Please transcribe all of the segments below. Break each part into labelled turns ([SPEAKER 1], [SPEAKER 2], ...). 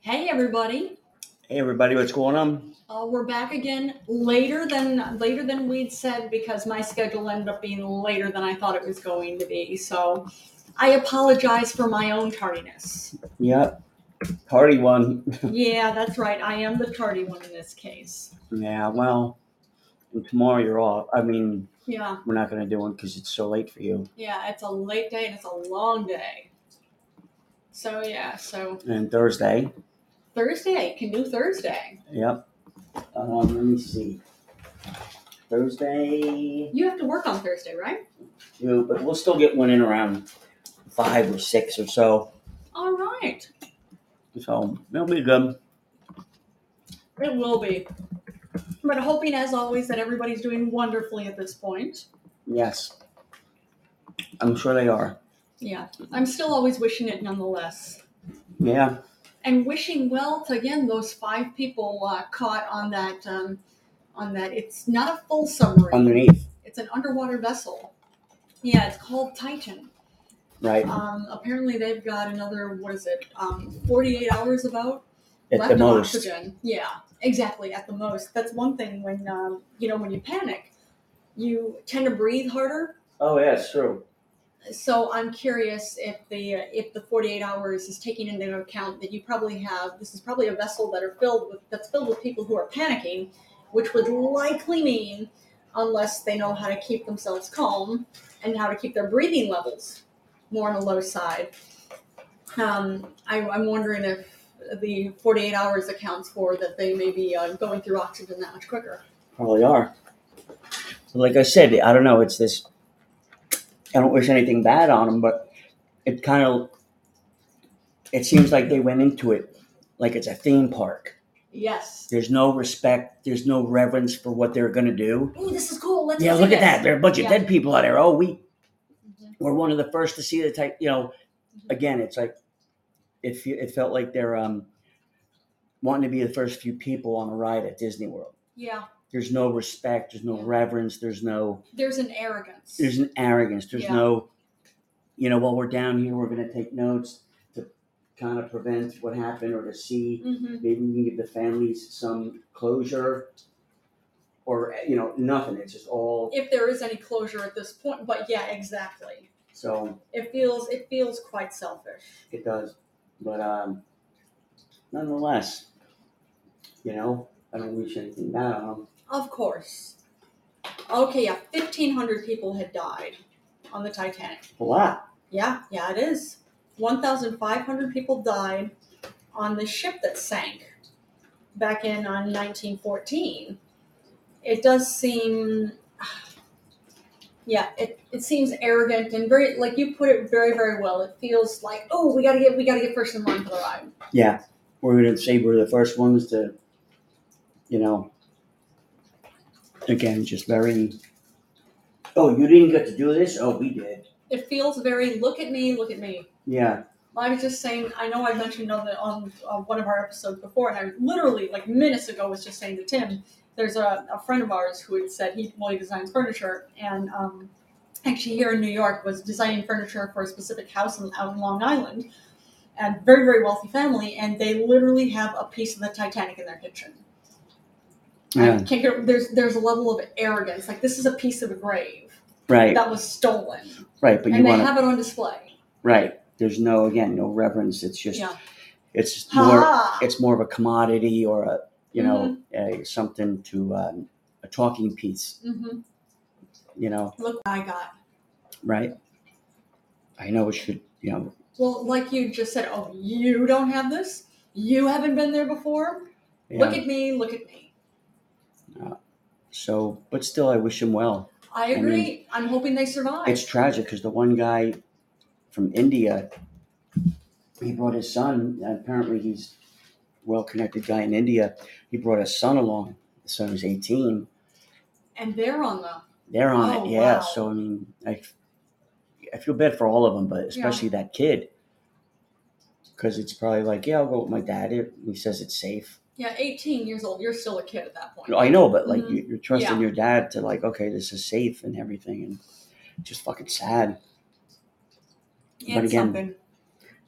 [SPEAKER 1] Hey, everybody.
[SPEAKER 2] Hey everybody, what's going on?
[SPEAKER 1] Uh, we're back again later than later than we'd said because my schedule ended up being later than I thought it was going to be. So I apologize for my own tardiness.
[SPEAKER 2] Yep, party one.
[SPEAKER 1] yeah, that's right. I am the tardy one in this case.
[SPEAKER 2] Yeah, well, and tomorrow you're off. I mean,
[SPEAKER 1] Yeah,
[SPEAKER 2] we're not gonna do one because it's so late for you.
[SPEAKER 1] yeah. It's a late day and it's a long day. So yeah. So
[SPEAKER 2] And Thursday.
[SPEAKER 1] Thursday can do Thursday.
[SPEAKER 2] Yep. Um, let me see. Thursday,
[SPEAKER 1] You have to work on Thursday, right?
[SPEAKER 2] two, but we'll still get one in around five or six or so.
[SPEAKER 1] All right.
[SPEAKER 2] So it'll be good.
[SPEAKER 1] It will be. But hoping, as always, that everybody's doing wonderfully at this point.
[SPEAKER 2] Yes, I'm sure they are.
[SPEAKER 1] Yeah, I'm still always wishing it nonetheless.
[SPEAKER 2] Yeah,
[SPEAKER 1] And wishing well to again those five people uh, caught on that um, on that. It's not a full submarine.
[SPEAKER 2] underneath,
[SPEAKER 1] It's an underwater vessel. Yeah, it's called Titan.
[SPEAKER 2] right?
[SPEAKER 1] Um, apparently, they've got another what is it? Um, 48 hours about
[SPEAKER 2] At
[SPEAKER 1] left
[SPEAKER 2] the
[SPEAKER 1] of
[SPEAKER 2] most.
[SPEAKER 1] oxygen. Yeah, exactly. At the most, that's one thing. When um, you know when you panic, you tend to breathe harder.
[SPEAKER 2] Oh yeah, it's true.
[SPEAKER 1] So I'm curious if the if the 48 hours is taking into account that you probably have this is probably a vessel that are filled with that's filled with people who are panicking, which would likely mean unless they know how to keep themselves calm and how to keep their breathing levels more on the low side. Um, I, I'm wondering if the 48 hours accounts for that they may be uh, going through oxygen that much quicker.
[SPEAKER 2] Probably are. So like I said, I don't know. It's this. I don't wish anything bad on them, but it kind of. It seems like they went into it like it's a theme park.
[SPEAKER 1] Yes.
[SPEAKER 2] There's no respect. There's no reverence for what they're gonna do.
[SPEAKER 1] Ooh, this is cool. Let's
[SPEAKER 2] Yeah,
[SPEAKER 1] do
[SPEAKER 2] look
[SPEAKER 1] this.
[SPEAKER 2] at that. There are a bunch of
[SPEAKER 1] Yeah.
[SPEAKER 2] dead people out there. Oh, we
[SPEAKER 1] Mhm.
[SPEAKER 2] were one of the first to see the type. You know,
[SPEAKER 1] Mm-hmm.
[SPEAKER 2] again, it's like it. fe- It felt like they're um wanting to be the first few people on a ride at Disney World.
[SPEAKER 1] Yeah.
[SPEAKER 2] There's no respect. There's no
[SPEAKER 1] Yeah.
[SPEAKER 2] reverence. There's no.
[SPEAKER 1] There's an arrogance.
[SPEAKER 2] there's an arrogance. There's
[SPEAKER 1] Yeah.
[SPEAKER 2] no, you know, while we're down here, we're going to take notes to kind of prevent what happened or to see.
[SPEAKER 1] hmm
[SPEAKER 2] Maybe we can give the families some closure or, you know, nothing. It's just all.
[SPEAKER 1] If there is any closure at this point, but yeah, exactly.
[SPEAKER 2] So
[SPEAKER 1] It feels it feels quite selfish.
[SPEAKER 2] it does. But um, nonetheless, you know, I don't wish anything bad on them.
[SPEAKER 1] Of course. Okay, yeah, fifteen hundred people had died on the Titanic.
[SPEAKER 2] A lot.
[SPEAKER 1] Yeah, yeah, it is. One thousand five hundred people died on the ship that sank back in on nineteen fourteen. It does seem yeah, it, it seems arrogant and very like you put it very, very well. It feels like, oh, we gotta get we gotta get first in line for the ride.
[SPEAKER 2] Yeah. We're going to say we're the first ones to, you know, again, just very. Oh, you didn't get to do this? Oh, we did.
[SPEAKER 1] It feels very look at me, look at me.
[SPEAKER 2] Yeah.
[SPEAKER 1] I was just saying. I know I mentioned on the on uh, one of our episodes before, and I literally like minutes ago was just saying to Tim, there's a, a friend of ours who had said he well he designs furniture, and um, actually here in New York was designing furniture for a specific house in, out in Long Island, and very very wealthy family, and they literally have a piece of the Titanic in their kitchen. I
[SPEAKER 2] Yeah.
[SPEAKER 1] can't get there's there's a level of arrogance like this is a piece of a grave
[SPEAKER 2] Right.
[SPEAKER 1] that was stolen,
[SPEAKER 2] Right. But you
[SPEAKER 1] and they
[SPEAKER 2] want to.
[SPEAKER 1] have it on display.
[SPEAKER 2] Right. There's no again no reverence. It's just
[SPEAKER 1] Yeah.
[SPEAKER 2] it's just
[SPEAKER 1] Ha
[SPEAKER 2] more
[SPEAKER 1] ha.
[SPEAKER 2] it's more of a commodity or a you know
[SPEAKER 1] Mm-hmm.
[SPEAKER 2] a, something to um, a talking piece.
[SPEAKER 1] hmm
[SPEAKER 2] You know.
[SPEAKER 1] Look what I got.
[SPEAKER 2] Right. I know it should you know
[SPEAKER 1] Well, like you just said, oh, you don't have this? You haven't been there before?
[SPEAKER 2] yeah.
[SPEAKER 1] Look at me, look at me.
[SPEAKER 2] so but still I wish him well.
[SPEAKER 1] I
[SPEAKER 2] I mean,
[SPEAKER 1] agree. I'm hoping they survive.
[SPEAKER 2] It's tragic because the one guy from India he brought his son. and Apparently he's well connected guy in India. He brought his son along. The son was 18.
[SPEAKER 1] and they're on the.
[SPEAKER 2] they're on
[SPEAKER 1] Oh,
[SPEAKER 2] it. Yeah.
[SPEAKER 1] wow.
[SPEAKER 2] So I mean, I, I feel bad for all of them, but especially that kid, because it's probably like, yeah, I'll go with my dad. It, he says it's safe.
[SPEAKER 1] Yeah, 18 years old. You're still a kid at that point.
[SPEAKER 2] I know, but like
[SPEAKER 1] Mhm.
[SPEAKER 2] you, you're trusting your dad to like, okay, this is safe and everything, and just fucking sad.
[SPEAKER 1] It's
[SPEAKER 2] but again-
[SPEAKER 1] something.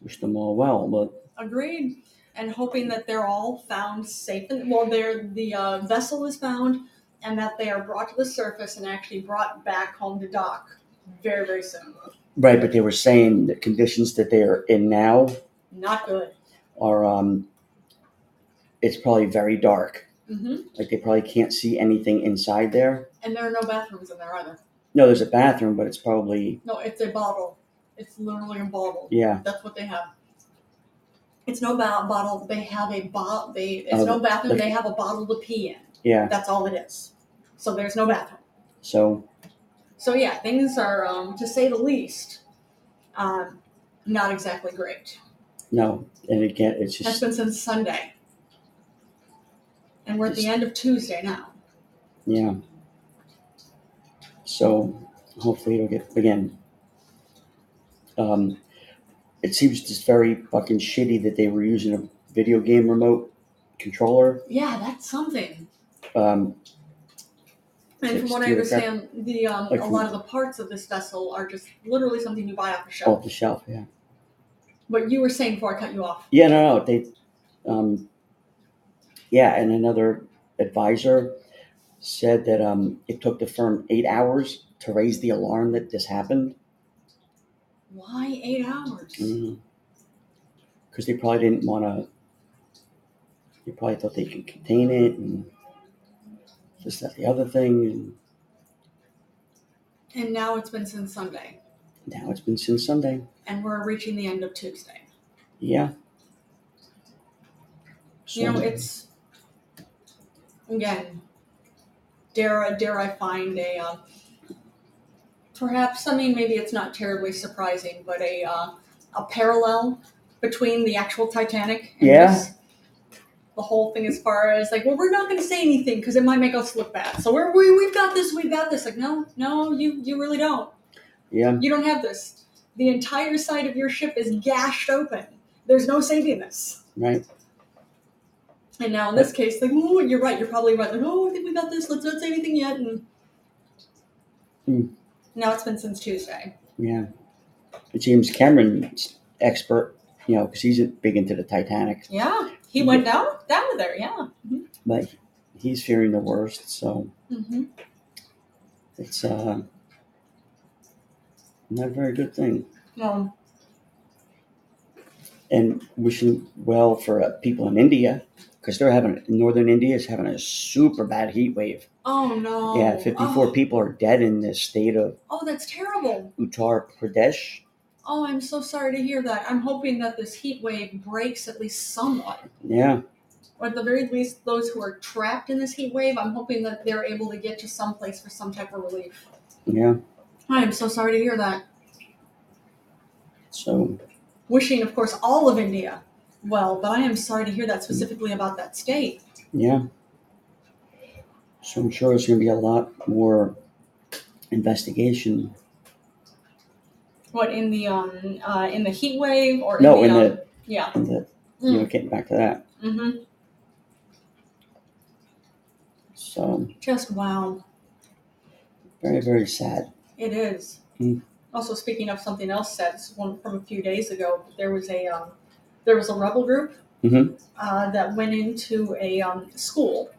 [SPEAKER 2] Wish them all well, but
[SPEAKER 1] Agreed. and hoping that they're all found safe and well, they're the uh, vessel is found and that they are brought to the surface and actually brought back home to dock very very soon.
[SPEAKER 2] Right, but they were saying the conditions that they are in now
[SPEAKER 1] Not good.
[SPEAKER 2] are um, it's probably very dark.
[SPEAKER 1] hmm
[SPEAKER 2] Like they probably can't see anything inside there.
[SPEAKER 1] And there are no bathrooms in there either.
[SPEAKER 2] No, there's a bathroom, but it's probably
[SPEAKER 1] No, it's a bottle. It's literally a bottle.
[SPEAKER 2] yeah.
[SPEAKER 1] That's what they have. It's no ba- bottle. They have a bottle. They it's
[SPEAKER 2] Oh,
[SPEAKER 1] no bathroom.
[SPEAKER 2] like-
[SPEAKER 1] They have a bottle to pee in.
[SPEAKER 2] Yeah.
[SPEAKER 1] That's all it is. So there's no bathroom.
[SPEAKER 2] So
[SPEAKER 1] So yeah, things are um, to say the least, um, not exactly great.
[SPEAKER 2] no, and again, it's
[SPEAKER 1] That's
[SPEAKER 2] just
[SPEAKER 1] been since Sunday, and we're at the end of Tuesday now.
[SPEAKER 2] yeah. So hopefully it'll get again. Um, it seems just very fucking shitty that they were using a video game remote controller.
[SPEAKER 1] Yeah, that's something.
[SPEAKER 2] Um,
[SPEAKER 1] And from
[SPEAKER 2] Just
[SPEAKER 1] what I
[SPEAKER 2] do it that-
[SPEAKER 1] understand, the um,
[SPEAKER 2] Like
[SPEAKER 1] a
[SPEAKER 2] from-
[SPEAKER 1] lot of the parts of this vessel are just literally something you buy off the shelf.
[SPEAKER 2] off the shelf, yeah.
[SPEAKER 1] What you were saying before I cut you off.
[SPEAKER 2] Yeah, no, no, they, um, yeah, and another advisor said that um, it took the firm eight hours to raise the alarm that this happened
[SPEAKER 1] Why eight hours?
[SPEAKER 2] because they probably didn't want to. They probably thought they could contain it and this, that, the other thing, and
[SPEAKER 1] And now it's been since Sunday,
[SPEAKER 2] now it's been since Sunday.
[SPEAKER 1] and we're reaching the end of Tuesday.
[SPEAKER 2] Yeah. So,
[SPEAKER 1] You know, it's again. Dare I- dare I find a uh, perhaps I mean maybe it's not terribly surprising, but a uh, a parallel between the actual Titanic and
[SPEAKER 2] Yeah.
[SPEAKER 1] this, the whole thing as far as like well we're not going to say anything because it might make us look bad. So we're, we we've got this we've got this like no no you you really don't
[SPEAKER 2] yeah,
[SPEAKER 1] you don't have this. The entire side of your ship is gashed open. There's no saving this.
[SPEAKER 2] right.
[SPEAKER 1] And now in this case, like, oh, you're right. You're probably right. Like, oh, I think we got this. Let's not say anything yet. And
[SPEAKER 2] Hmm.
[SPEAKER 1] now it's been since Tuesday.
[SPEAKER 2] Yeah. But James Cameron's expert, you know, because he's big into the Titanic,
[SPEAKER 1] Yeah, he
[SPEAKER 2] Hmm.
[SPEAKER 1] went down down there. Yeah.
[SPEAKER 2] but he's fearing the worst. So
[SPEAKER 1] Mm-hmm.
[SPEAKER 2] it's uh, not a very good thing.
[SPEAKER 1] Well,
[SPEAKER 2] And wishing well for uh, people in India because they're having, northern India is having a super bad heat wave.
[SPEAKER 1] oh no.
[SPEAKER 2] yeah, 54
[SPEAKER 1] Oh,
[SPEAKER 2] people are dead in the state of
[SPEAKER 1] oh, that's terrible.
[SPEAKER 2] Uttar Pradesh.
[SPEAKER 1] Oh, I'm so sorry to hear that. I'm hoping that this heat wave breaks at least somewhat,
[SPEAKER 2] Yeah,
[SPEAKER 1] or at the very least, those who are trapped in this heat wave. I'm hoping that they're able to get to some place for some type of relief.
[SPEAKER 2] yeah.
[SPEAKER 1] I am so sorry to hear that.
[SPEAKER 2] So,
[SPEAKER 1] wishing, of course, all of India well, but I am sorry to hear that specifically about that state.
[SPEAKER 2] yeah. So I'm sure there's going to be a lot more investigation
[SPEAKER 1] What in the um uh, in the heat wave or
[SPEAKER 2] No,
[SPEAKER 1] in
[SPEAKER 2] in
[SPEAKER 1] the, um,
[SPEAKER 2] the,
[SPEAKER 1] yeah
[SPEAKER 2] in the
[SPEAKER 1] Mm.
[SPEAKER 2] you know, getting back to that.
[SPEAKER 1] mm-hmm.
[SPEAKER 2] So
[SPEAKER 1] just wow
[SPEAKER 2] very, very sad.
[SPEAKER 1] it is.
[SPEAKER 2] Mm.
[SPEAKER 1] Also, speaking of something else, that's one from a few days ago. There was a um, there was a rebel group
[SPEAKER 2] Mhm.
[SPEAKER 1] uh, that went into a um, school,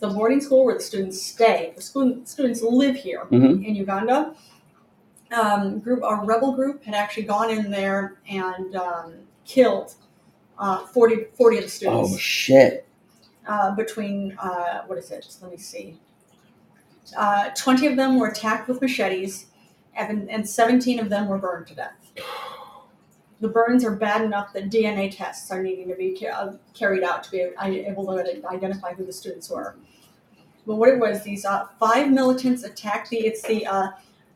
[SPEAKER 1] the boarding school where the students stay. The school, students live here.
[SPEAKER 2] hmm
[SPEAKER 1] in Uganda. Um, group, a rebel group had actually gone in there and um, killed uh, 40, 40 of the
[SPEAKER 2] Oh
[SPEAKER 1] students
[SPEAKER 2] shit!
[SPEAKER 1] uh, between, uh, what is it? Let me see. Uh, 20 of them were attacked with machetes, and, and 17 of them were burned to death. The burns are bad enough that DNA tests are needing to be ca- uh, carried out to be able to identify who the students were. But what it was, these uh, five militants attacked the, it's the uh,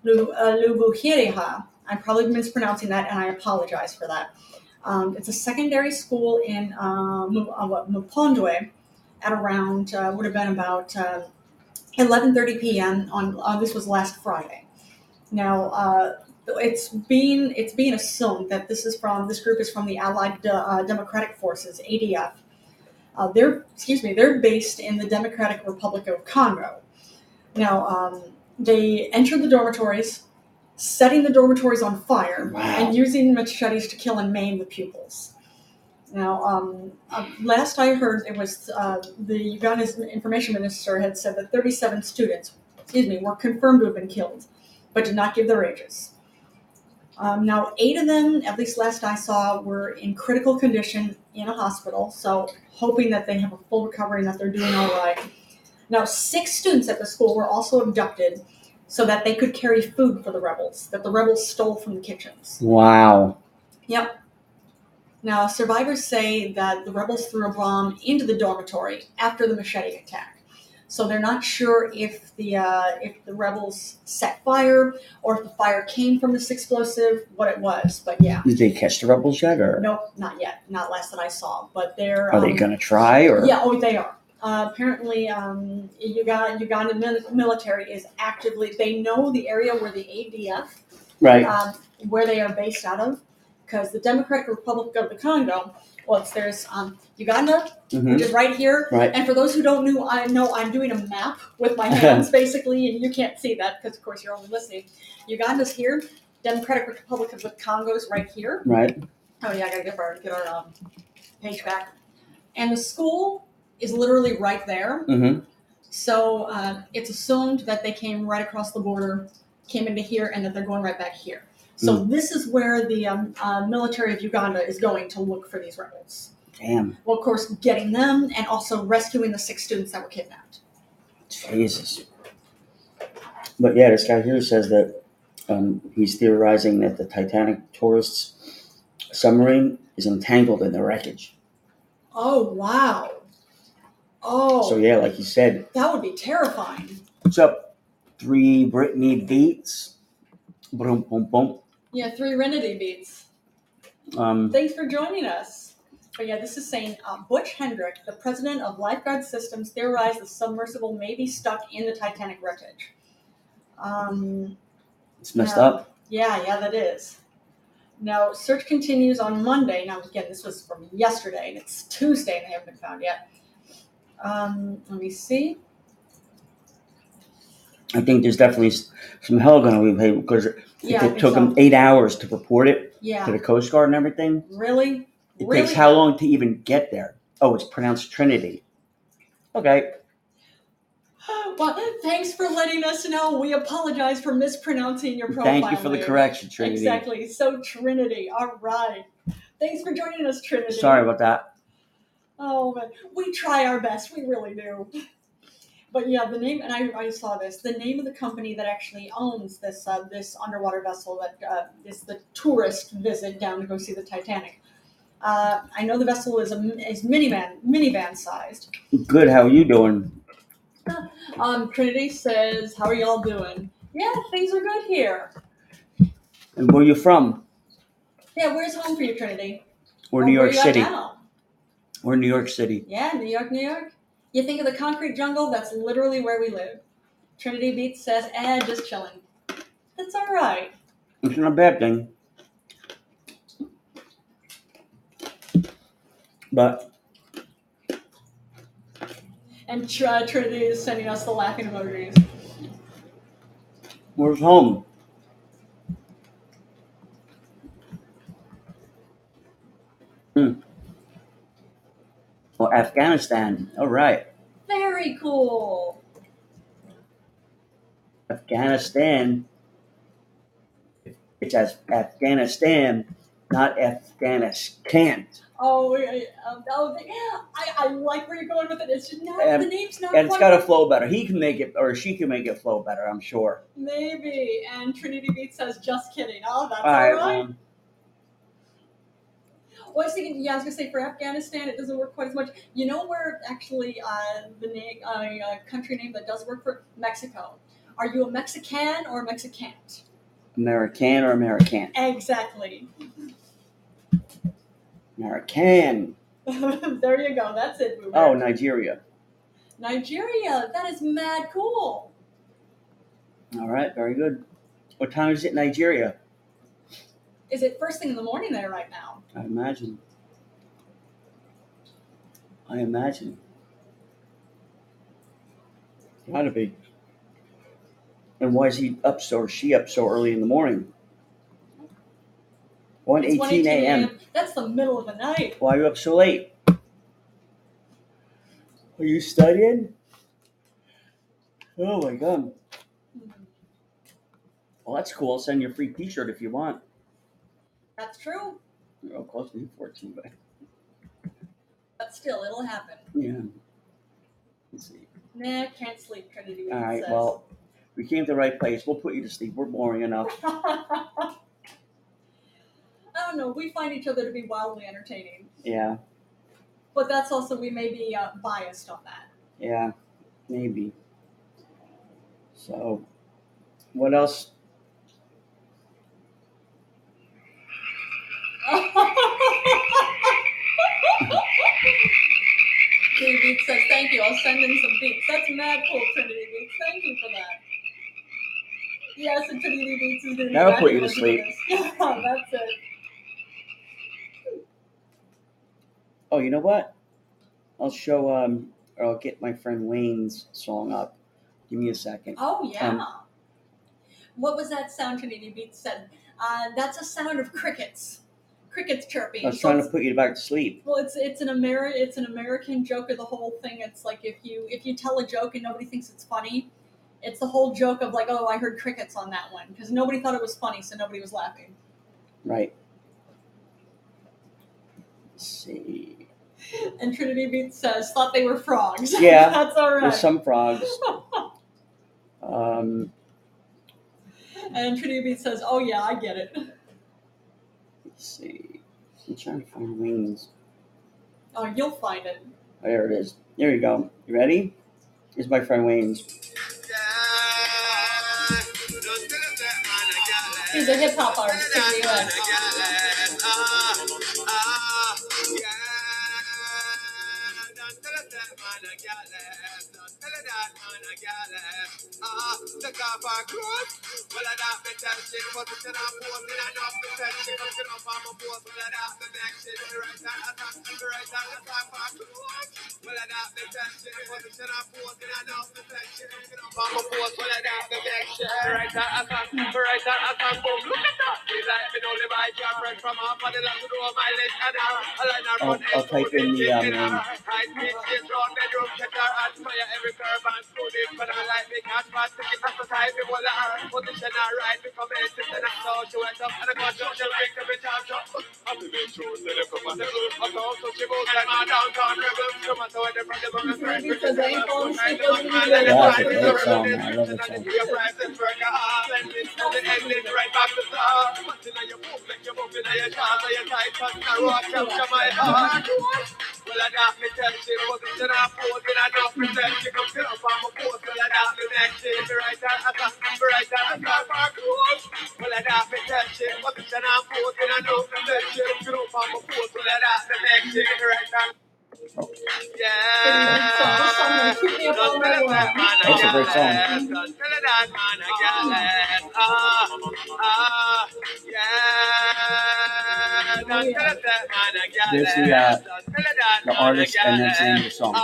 [SPEAKER 1] Lu- uh, Lubuhireha. I'm probably mispronouncing that, and I apologize for that. Um, it's a secondary school in uh, Mu- uh, what, Mupondwe at around, uh, would have been about uh, 11.30 p.m. on, uh, this was last Friday. Now, uh, it's being it's being assumed that this is from this group is from the Allied De- uh, Democratic Forces (ADF). Uh, they're excuse me, they're based in the Democratic Republic of Congo. Now, um, they entered the dormitories, setting the dormitories on fire
[SPEAKER 2] Wow.
[SPEAKER 1] and using machetes to kill and maim the pupils. Now, um, uh, last I heard, it was uh, the Uganda's information minister had said that 37 students, excuse me, were confirmed to have been killed, but did not give their ages. Um, now, eight of them, at least last I saw, were in critical condition in a hospital, so hoping that they have a full recovery and that they're doing all right. Now, six students at the school were also abducted so that they could carry food for the rebels that the rebels stole from the kitchens.
[SPEAKER 2] Wow.
[SPEAKER 1] Now, survivors say that the rebels threw a bomb into the dormitory after the machete attack. So they're not sure if the uh, if the rebels set fire or if the fire came from this explosive, what it was. But yeah,
[SPEAKER 2] Did they catch the rebels yet, or
[SPEAKER 1] nope, not yet, not last that I saw. But they're
[SPEAKER 2] are Oh, they
[SPEAKER 1] um,
[SPEAKER 2] gonna try? Or
[SPEAKER 1] yeah, oh, they are. Uh, apparently, um, Uganda, Ugandan mil- military is actively. They know the area where the ADF,
[SPEAKER 2] right?
[SPEAKER 1] um, where they are based out of, because the Democratic Republic of the Congo. Well, it's, there's um, Uganda,
[SPEAKER 2] hmm
[SPEAKER 1] which is right here.
[SPEAKER 2] Right.
[SPEAKER 1] And for those who don't know, I know I'm doing a map with my hands basically, and you can't see that because of course you're only listening. Uganda's here. Democratic Republic of the Congo's right here.
[SPEAKER 2] Right.
[SPEAKER 1] Oh yeah, I gotta get our get our um, page back. And the school is literally right there.
[SPEAKER 2] hmm
[SPEAKER 1] So uh, it's assumed that they came right across the border, came into here, and that they're going right back here. So
[SPEAKER 2] Hmm.
[SPEAKER 1] this is where the um, uh, military of Uganda is going to look for these rebels.
[SPEAKER 2] Damn.
[SPEAKER 1] Well, of course, getting them and also rescuing the six students that were kidnapped.
[SPEAKER 2] Jesus. But yeah, this guy here says that um, he's theorizing that the Titanic tourist submarine is entangled in the wreckage.
[SPEAKER 1] Oh wow! Oh,
[SPEAKER 2] So yeah, like you said,
[SPEAKER 1] that would be terrifying.
[SPEAKER 2] What's up? Three Britney Beats. Boom, boom, boom.
[SPEAKER 1] Yeah, three Renity beats.
[SPEAKER 2] Um,
[SPEAKER 1] Thanks for joining us. But yeah, this is saying uh, Butch Hendrick, the president of Lifeguard Systems, theorized the submersible may be stuck in the Titanic wreckage. Um,
[SPEAKER 2] it's messed
[SPEAKER 1] Yeah.
[SPEAKER 2] up.
[SPEAKER 1] yeah, yeah, that is. Now, search continues on Monday. Now, again, this was from yesterday, and it's Tuesday, and they haven't been found yet. Um, let me see.
[SPEAKER 2] I think there's definitely s- some hell going to be paid because if
[SPEAKER 1] Yeah, I
[SPEAKER 2] it
[SPEAKER 1] think
[SPEAKER 2] took them
[SPEAKER 1] so.
[SPEAKER 2] eight hours to report it to
[SPEAKER 1] Yeah,
[SPEAKER 2] the Coast Guard and everything.
[SPEAKER 1] really,
[SPEAKER 2] It
[SPEAKER 1] really.
[SPEAKER 2] takes how long to even get there? Oh, it's pronounced Trinity. Okay.
[SPEAKER 1] Well, thanks for letting us know. We apologize for mispronouncing your profile.
[SPEAKER 2] Thank you for the
[SPEAKER 1] name.
[SPEAKER 2] correction, Trinity.
[SPEAKER 1] Exactly. So Trinity. All right. Thanks for joining us, Trinity.
[SPEAKER 2] Sorry about that.
[SPEAKER 1] Oh man, we try our best. We really do. But yeah, the name and I, I saw this. The name of the company that actually owns this uh, this underwater vessel that uh, is the tourist visit down to go see the Titanic. Uh, I know the vessel is a is minivan minivan sized.
[SPEAKER 2] Good. How are you doing?
[SPEAKER 1] Um, Trinity says, "How are y'all doing? Yeah, things are good here.
[SPEAKER 2] And where you from?
[SPEAKER 1] Yeah, where's home for you, Trinity?
[SPEAKER 2] We're
[SPEAKER 1] Oh,
[SPEAKER 2] New
[SPEAKER 1] where
[SPEAKER 2] York
[SPEAKER 1] you at
[SPEAKER 2] City.
[SPEAKER 1] now?
[SPEAKER 2] We're New York City.
[SPEAKER 1] Yeah, New York, New York. You think of the concrete jungle, that's literally where we live. Trinity Beats says, eh, just chilling. That's all right.
[SPEAKER 2] It's not a bad thing. But
[SPEAKER 1] And Tr- uh, Trinity is sending us the laughing emojis.
[SPEAKER 2] where's home? Hmm. Well, Afghanistan. All right.
[SPEAKER 1] Very cool.
[SPEAKER 2] Afghanistan. It's as Afghanistan, not Afghanistan.
[SPEAKER 1] Oh, I- I- um, oh the- I, I like where you're going with it. It's just not,
[SPEAKER 2] And-
[SPEAKER 1] the name's not
[SPEAKER 2] And it's
[SPEAKER 1] quite
[SPEAKER 2] got to flow better. He can make it, or she can make it flow better, I'm sure.
[SPEAKER 1] Maybe. And Trinity Beats says, just kidding. Oh, that's
[SPEAKER 2] All right. um,
[SPEAKER 1] Well, I was thinking, yeah, I was gonna say for Afghanistan, it doesn't work quite as much. You know where actually uh, the name, uh, uh, country name that does work for Mexico. Are you a Mexican or a Mexicant?
[SPEAKER 2] American or American?
[SPEAKER 1] Exactly.
[SPEAKER 2] American.
[SPEAKER 1] there you go. That's it. Boomer.
[SPEAKER 2] Oh, Nigeria.
[SPEAKER 1] Nigeria. That is mad cool.
[SPEAKER 2] All right, very good. What time is it, in Nigeria?
[SPEAKER 1] Is it first thing in the morning there right now?
[SPEAKER 2] I imagine. I imagine. Gotta be. And why is he up so, or she up so early in the morning? One
[SPEAKER 1] It's
[SPEAKER 2] eighteen
[SPEAKER 1] 1:18
[SPEAKER 2] a.m.
[SPEAKER 1] That's the middle of the night.
[SPEAKER 2] Why are you up so late? Are you studying? Oh my god. Well, that's cool. I'll send you a free T-shirt if you want.
[SPEAKER 1] That's true,
[SPEAKER 2] Oh, close to fourteen, but
[SPEAKER 1] but still, it'll happen.
[SPEAKER 2] yeah. Let's see.
[SPEAKER 1] Nah, can't sleep, Trinity.
[SPEAKER 2] All right.
[SPEAKER 1] says.
[SPEAKER 2] Well, we came to the right place. We'll put you to sleep. We're boring enough.
[SPEAKER 1] I don't know. We find each other to be wildly entertaining,
[SPEAKER 2] Yeah.
[SPEAKER 1] but that's also we may be uh, biased on that.
[SPEAKER 2] Yeah. Maybe. So, what else?
[SPEAKER 1] Trinity Beats says, thank you. I'll send in some beats. That's mad cool, Trinity Beats. Thank you for that. Yes, and Trinity Beats is doing
[SPEAKER 2] That'll put you to
[SPEAKER 1] exactly what it is. Yeah, that's it.
[SPEAKER 2] Oh, you know what? I'll show. Um, or I'll get my friend Wayne's song up. Give me a second.
[SPEAKER 1] Oh, yeah.
[SPEAKER 2] Um,
[SPEAKER 1] what was that sound Trinity Beats said? Uh, that's a sound of crickets. Crickets chirping.
[SPEAKER 2] I was
[SPEAKER 1] So
[SPEAKER 2] trying to put you back to sleep.
[SPEAKER 1] Well, it's it's an Ameri- it's an American joke of the whole thing. It's like if you if you tell a joke and nobody thinks it's funny, it's the whole joke of like, oh, I heard crickets on that one because nobody thought it was funny, so nobody was laughing.
[SPEAKER 2] Right. Let's see.
[SPEAKER 1] And Trinity Beats says thought they were frogs.
[SPEAKER 2] Yeah.
[SPEAKER 1] that's all right.
[SPEAKER 2] There's some frogs. Um,
[SPEAKER 1] And Trinity Beats says, oh yeah, I get it.
[SPEAKER 2] let's see. I'm trying to find wings.
[SPEAKER 1] Oh, you'll find it.
[SPEAKER 2] Oh, there it is. There you go. You ready? Here's my friend Wayne's.
[SPEAKER 1] He's a hip hop artist in the U.S.
[SPEAKER 2] I'll-
[SPEAKER 3] I'll,
[SPEAKER 2] I'll type in the, um, name.
[SPEAKER 3] That's
[SPEAKER 2] a great song. I love that song.
[SPEAKER 3] Yeah.
[SPEAKER 2] That's a great song. There's the, uh, The artist and then singing the song.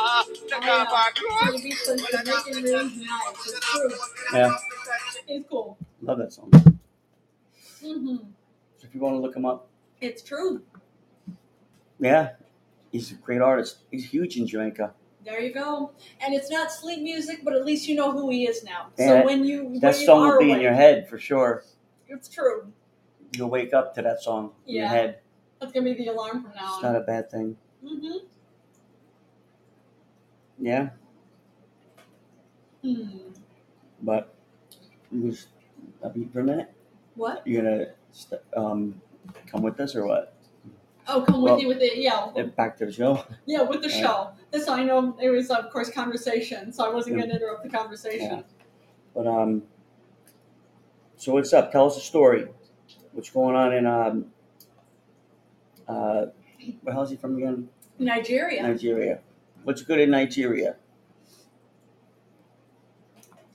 [SPEAKER 1] Trinity Beats says they're making really nice. It's true.
[SPEAKER 2] Yeah.
[SPEAKER 1] It's cool.
[SPEAKER 2] Love that song.
[SPEAKER 1] hmm
[SPEAKER 2] If you want to look him up,
[SPEAKER 1] It's true.
[SPEAKER 2] yeah, he's a great artist. He's huge in Jamaica.
[SPEAKER 1] There you go. And it's not sleep music, but at least you know who he is now.
[SPEAKER 2] Yeah,
[SPEAKER 1] so when you
[SPEAKER 2] That
[SPEAKER 1] when you
[SPEAKER 2] song will
[SPEAKER 1] are
[SPEAKER 2] be in
[SPEAKER 1] awake,
[SPEAKER 2] your head for sure.
[SPEAKER 1] It's true.
[SPEAKER 2] You'll wake up to that song in your
[SPEAKER 1] Yeah.
[SPEAKER 2] head.
[SPEAKER 1] That's gonna be the alarm from now
[SPEAKER 2] It's
[SPEAKER 1] on.
[SPEAKER 2] not a bad thing.
[SPEAKER 1] Mm-hmm.
[SPEAKER 2] Yeah,
[SPEAKER 1] Hmm.
[SPEAKER 2] but you was a beat for a minute.
[SPEAKER 1] What?
[SPEAKER 2] You gonna st- um come with us or what?
[SPEAKER 1] Oh, come with
[SPEAKER 2] Well-
[SPEAKER 1] you with it. Yeah,
[SPEAKER 2] Eh, Back to the show.
[SPEAKER 1] yeah, with the
[SPEAKER 2] Yeah.
[SPEAKER 1] show. This I know it was of course conversation, so I wasn't gonna interrupt the conversation.
[SPEAKER 2] But um, so what's up? Tell us a story. What's going on in um uh, where hell's he from again?
[SPEAKER 1] Nigeria.
[SPEAKER 2] Nigeria. What's good in Nigeria?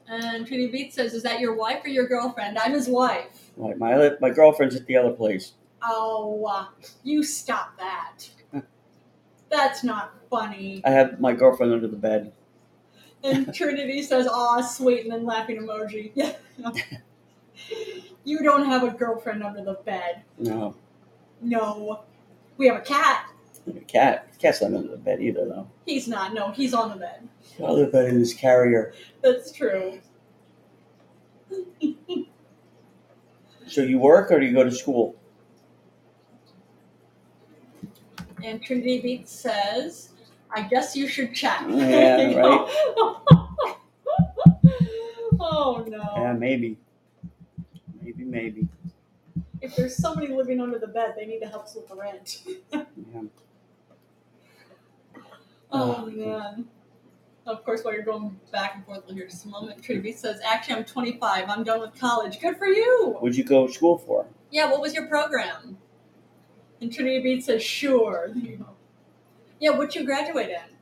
[SPEAKER 1] And Trinity Beat says, "Is that your wife or your girlfriend?" I'm his wife.
[SPEAKER 2] Like my other- my girlfriend's at the other place.
[SPEAKER 1] Oh, uh, you stop that. That's not funny.
[SPEAKER 2] I have my girlfriend under the bed.
[SPEAKER 1] And Trinity says, "Aw, sweet," and then laughing emoji. you don't have a girlfriend under the bed.
[SPEAKER 2] No,
[SPEAKER 1] No. We have a cat.
[SPEAKER 2] Cat, cat's not under the bed either though.
[SPEAKER 1] He's not. No, he's on the bed.
[SPEAKER 2] Under the bed in his carrier.
[SPEAKER 1] That's true.
[SPEAKER 2] So you work or do you go to school?
[SPEAKER 1] And Trinity Beats says, I guess you should check.
[SPEAKER 2] Yeah, right.
[SPEAKER 1] oh, no.
[SPEAKER 2] Yeah, maybe. Maybe, maybe.
[SPEAKER 1] If there's somebody living under the bed, they need to help us with the rent.
[SPEAKER 2] Yeah.
[SPEAKER 1] Oh,
[SPEAKER 2] Oh,
[SPEAKER 1] man. Of course, while you're going back and forth, we'll hear just a moment. Trinity Beats says, Actually, I'm 25. I'm done with college. Good for you.
[SPEAKER 2] What'd you go to school for?
[SPEAKER 1] Yeah, what was your program? And Trinity Beats says, Sure. Yeah, what you graduate in?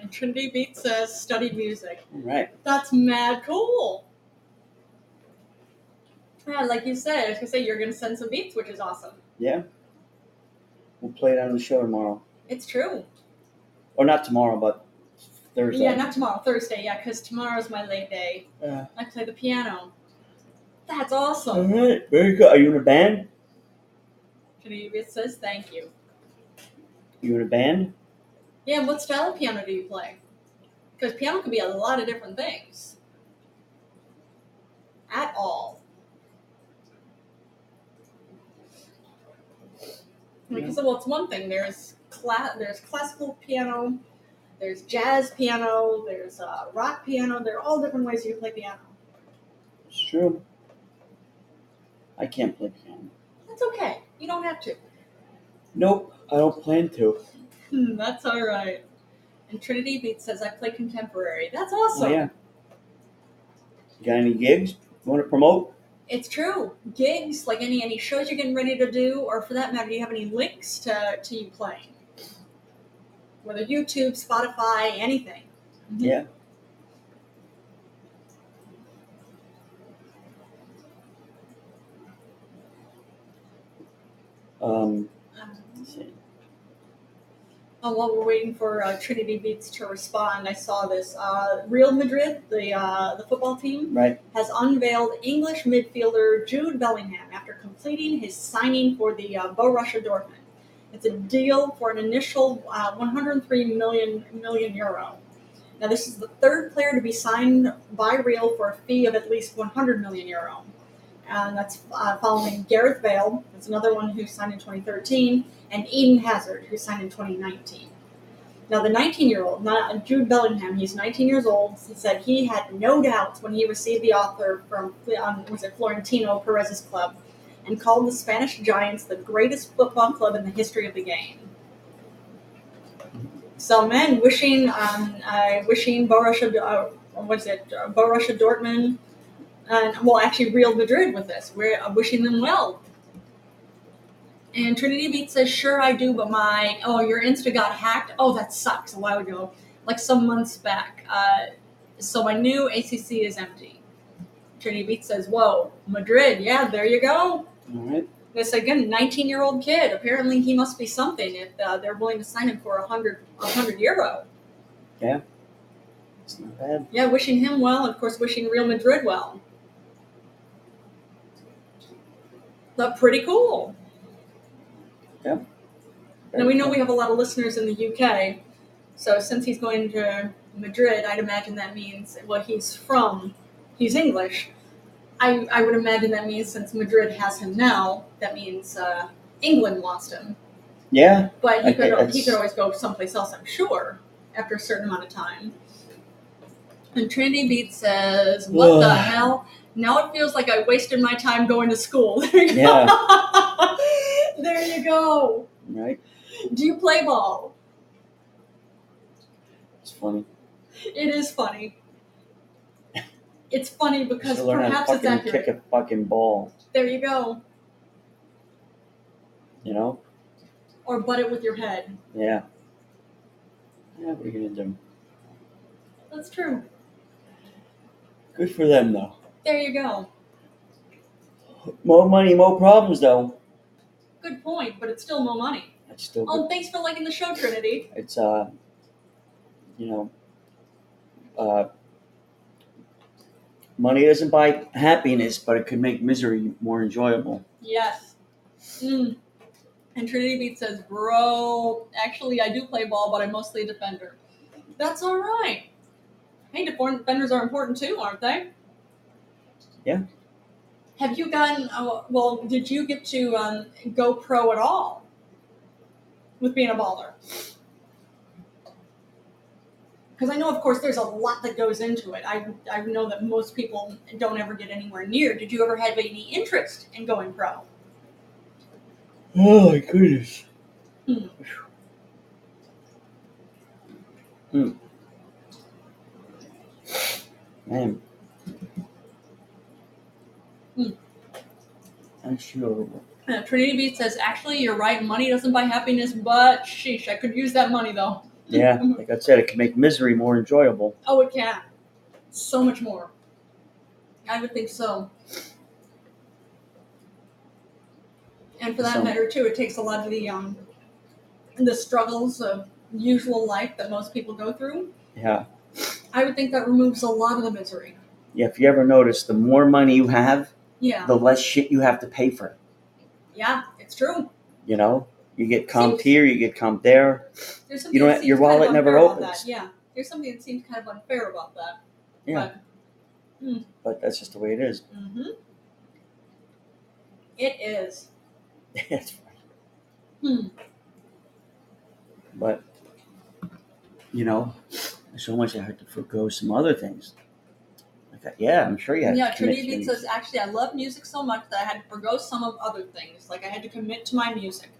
[SPEAKER 1] And Trinity Beat says study music.
[SPEAKER 2] All right.
[SPEAKER 1] That's mad cool. Yeah, like you said, I was gonna say you're gonna send some beats, which is awesome.
[SPEAKER 2] We'll play it on the show tomorrow.
[SPEAKER 1] It's true.
[SPEAKER 2] Or not tomorrow, but Thursday.
[SPEAKER 1] Yeah, not tomorrow, Thursday. Yeah, because tomorrow's my late day.
[SPEAKER 2] Yeah.
[SPEAKER 1] I play the piano. That's awesome.
[SPEAKER 2] All right. Very good. Are you in a band? Mm-hmm.
[SPEAKER 1] Trinity Beat says thank you.
[SPEAKER 2] You in a band?
[SPEAKER 1] Yeah, what style of piano do you play? Because piano can be a lot of different things. At all. Like I
[SPEAKER 2] Yeah.
[SPEAKER 1] said, well, it's one thing. There's cla- there's classical piano, there's jazz piano, there's uh, rock piano. There are all different ways you can play piano.
[SPEAKER 2] It's true. I can't play piano.
[SPEAKER 1] That's okay. You don't have to.
[SPEAKER 2] Nope. I don't plan to.
[SPEAKER 1] Hmm, that's all right. And Trinity Beat says I play contemporary. That's
[SPEAKER 2] Oh,
[SPEAKER 1] awesome.
[SPEAKER 2] yeah. You got any gigs you want to promote?
[SPEAKER 1] It's true. Gigs, like any any shows you're getting ready to do, or for that matter, do you have any links to, to you playing? Whether YouTube, Spotify, anything.
[SPEAKER 2] Yeah. Um,
[SPEAKER 1] Um,
[SPEAKER 2] let's see.
[SPEAKER 1] and while we're waiting for uh, Trinity Beats to respond, I saw this. Uh, Real Madrid, the uh, the football team,
[SPEAKER 2] Right.
[SPEAKER 1] has unveiled English midfielder Jude Bellingham after completing his signing for the uh, Borussia Dortmund. It's a deal for an initial uh, 103 million million euro. Now, this is the third player to be signed by Real for a fee of at least 100 million euro. And that's uh, following Gareth Bale, that's another one who signed in 2013, and Eden Hazard, who signed in 2019. Now, the 19 year old, not Jude Bellingham, he's 19 years old. He said he had no doubts when he received the offer from um, was it Florentino Perez's club and called the Spanish Giants the greatest football club in the history of the game. So, man, wishing um, uh, wishing Borussia, uh, what's it, uh, Borussia Dortmund, and well, actually Real Madrid with this. We're uh, wishing them well. And Trinity Beat says, "Sure, I do, but my oh, your Insta got hacked. Oh, that sucks. A while ago, like some months back. Uh, so my new ACC is empty." Trinity Beat says, "Whoa, Madrid. Yeah, there you go."
[SPEAKER 2] All right.
[SPEAKER 1] This again, 19 year old kid. Apparently, he must be something if uh, they're willing to sign him for 100, 100 euro.
[SPEAKER 2] It's not bad.
[SPEAKER 1] Yeah, wishing him well, and of course, wishing Real Madrid well. But pretty cool.
[SPEAKER 2] Yeah.
[SPEAKER 1] Now, we know we have a lot of listeners in the UK, so since he's going to Madrid, I'd imagine that means, well, he's from, he's English. I, I would imagine that means since Madrid has him now, that means uh, England lost him.
[SPEAKER 2] Yeah.
[SPEAKER 1] But
[SPEAKER 2] I
[SPEAKER 1] he
[SPEAKER 2] think
[SPEAKER 1] could he
[SPEAKER 2] that's-
[SPEAKER 1] could always go someplace else, I'm sure, after a certain amount of time. And Trinity Beat says, "What the
[SPEAKER 2] Ugh.
[SPEAKER 1] hell? Now it feels like I wasted my time going to school." There you
[SPEAKER 2] Yeah.
[SPEAKER 1] go. there you go.
[SPEAKER 2] Right.
[SPEAKER 1] Do you play ball?
[SPEAKER 2] It's funny.
[SPEAKER 1] It is funny. It's funny
[SPEAKER 2] Just
[SPEAKER 1] because
[SPEAKER 2] to learn how
[SPEAKER 1] perhaps
[SPEAKER 2] to
[SPEAKER 1] it's
[SPEAKER 2] fucking
[SPEAKER 1] accurate.
[SPEAKER 2] kick a fucking ball.
[SPEAKER 1] There you go.
[SPEAKER 2] You know?
[SPEAKER 1] Or butt it with your head.
[SPEAKER 2] Yeah. Yeah. What are you gonna do?
[SPEAKER 1] That's true.
[SPEAKER 2] Good for them though.
[SPEAKER 1] There you go.
[SPEAKER 2] More money, more problems though.
[SPEAKER 1] Good point, but it's still no money.
[SPEAKER 2] It's still good.
[SPEAKER 1] Oh, thanks for liking the show, Trinity.
[SPEAKER 2] It's uh, you know, uh, money doesn't buy happiness, but it could make misery more enjoyable.
[SPEAKER 1] Yes. Mm. And Trinity Beat says, Bro, actually, I do play ball, but I'm mostly a defender. That's all right. Hey, defor- defenders are important too, aren't they?
[SPEAKER 2] Yeah.
[SPEAKER 1] Have you gotten, uh, well, did you get to um, go pro at all with being a baller? Because I know, of course, there's a lot that goes into it. I, I know that most people don't ever get anywhere near. Did you ever have any interest in going pro?
[SPEAKER 2] Oh my goodness. Hmm. Man.
[SPEAKER 1] Hmm.
[SPEAKER 2] That's sure.
[SPEAKER 1] Uh, Trinity Beat says, actually, you're right. Money doesn't buy happiness, but sheesh, I could use that money though.
[SPEAKER 2] Yeah, like I said, it can make misery more enjoyable.
[SPEAKER 1] Oh, it can. So much more. I would think so. And for that
[SPEAKER 2] So-
[SPEAKER 1] matter, too, it takes a lot of the um, the struggles of usual life that most people go through.
[SPEAKER 2] Yeah.
[SPEAKER 1] I would think that removes a lot of the misery.
[SPEAKER 2] Yeah, if you ever notice, the more money you have,
[SPEAKER 1] Yeah,
[SPEAKER 2] the less shit you have to pay for.
[SPEAKER 1] yeah, it's true.
[SPEAKER 2] You know? You get comped
[SPEAKER 1] Seems-
[SPEAKER 2] here, you get comped there.
[SPEAKER 1] There's something
[SPEAKER 2] You know
[SPEAKER 1] that
[SPEAKER 2] what?
[SPEAKER 1] seems
[SPEAKER 2] Your
[SPEAKER 1] kind of
[SPEAKER 2] wallet never
[SPEAKER 1] unfair about
[SPEAKER 2] opens.
[SPEAKER 1] that. Yeah, there's something that seems kind of unfair about that.
[SPEAKER 2] Yeah.
[SPEAKER 1] But
[SPEAKER 2] But that's just the way it is.
[SPEAKER 1] hmm It is.
[SPEAKER 2] That's fine.
[SPEAKER 1] Hmm.
[SPEAKER 2] But you know, so much I had to forego some other things. Like, I- yeah, I'm sure you had
[SPEAKER 1] Yeah,
[SPEAKER 2] to commit
[SPEAKER 1] Trinity
[SPEAKER 2] to
[SPEAKER 1] Beat
[SPEAKER 2] these.
[SPEAKER 1] says actually I love music so much that I had to forgo some of other things. Like I had to commit to my music.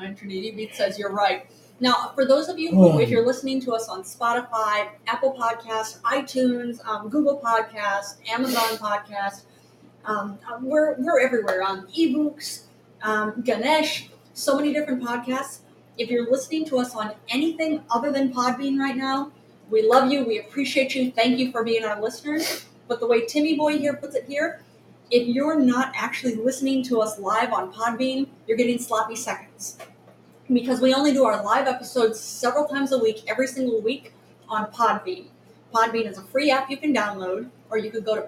[SPEAKER 1] And Trinity Beat says you're right. Now, for those of you who, if you're listening to us on Spotify, Apple Podcasts, iTunes, um, Google Podcasts, Amazon Podcasts, um, uh, we're, we're everywhere on ebooks, um, Ganesh, so many different podcasts. If you're listening to us on anything other than Podbean right now, we love you. We appreciate you. Thank you for being our listeners. But the way Timmy Boy here puts it here, if you're not actually listening to us live on Podbean, you're getting sloppy seconds. Because we only do our live episodes several times a week, every single week on Podbean. Podbean is a free app you can download, or you can go to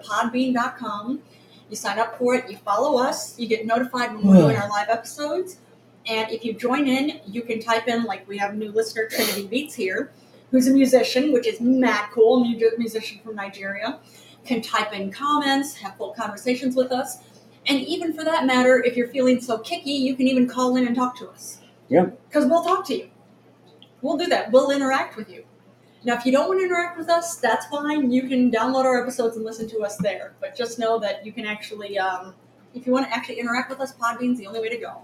[SPEAKER 1] podbean.com. You sign up for it, you follow us, you get notified when we're doing our live episodes. And if you join in, you can type in, like, we have new listener Trinity Beats here, who's a musician, which is mad cool, mu- musician from Nigeria can type in comments, have full conversations with us. And even for that matter, if you're feeling so kicky, you can even call in and talk to us.
[SPEAKER 2] Yeah.
[SPEAKER 1] Because we'll talk to you. We'll do that. We'll interact with you. Now, if you don't want to interact with us, that's fine. You can download our episodes and listen to us there. But just know that you can actually, um, if you want to actually interact with us, Podbean's the only way to go.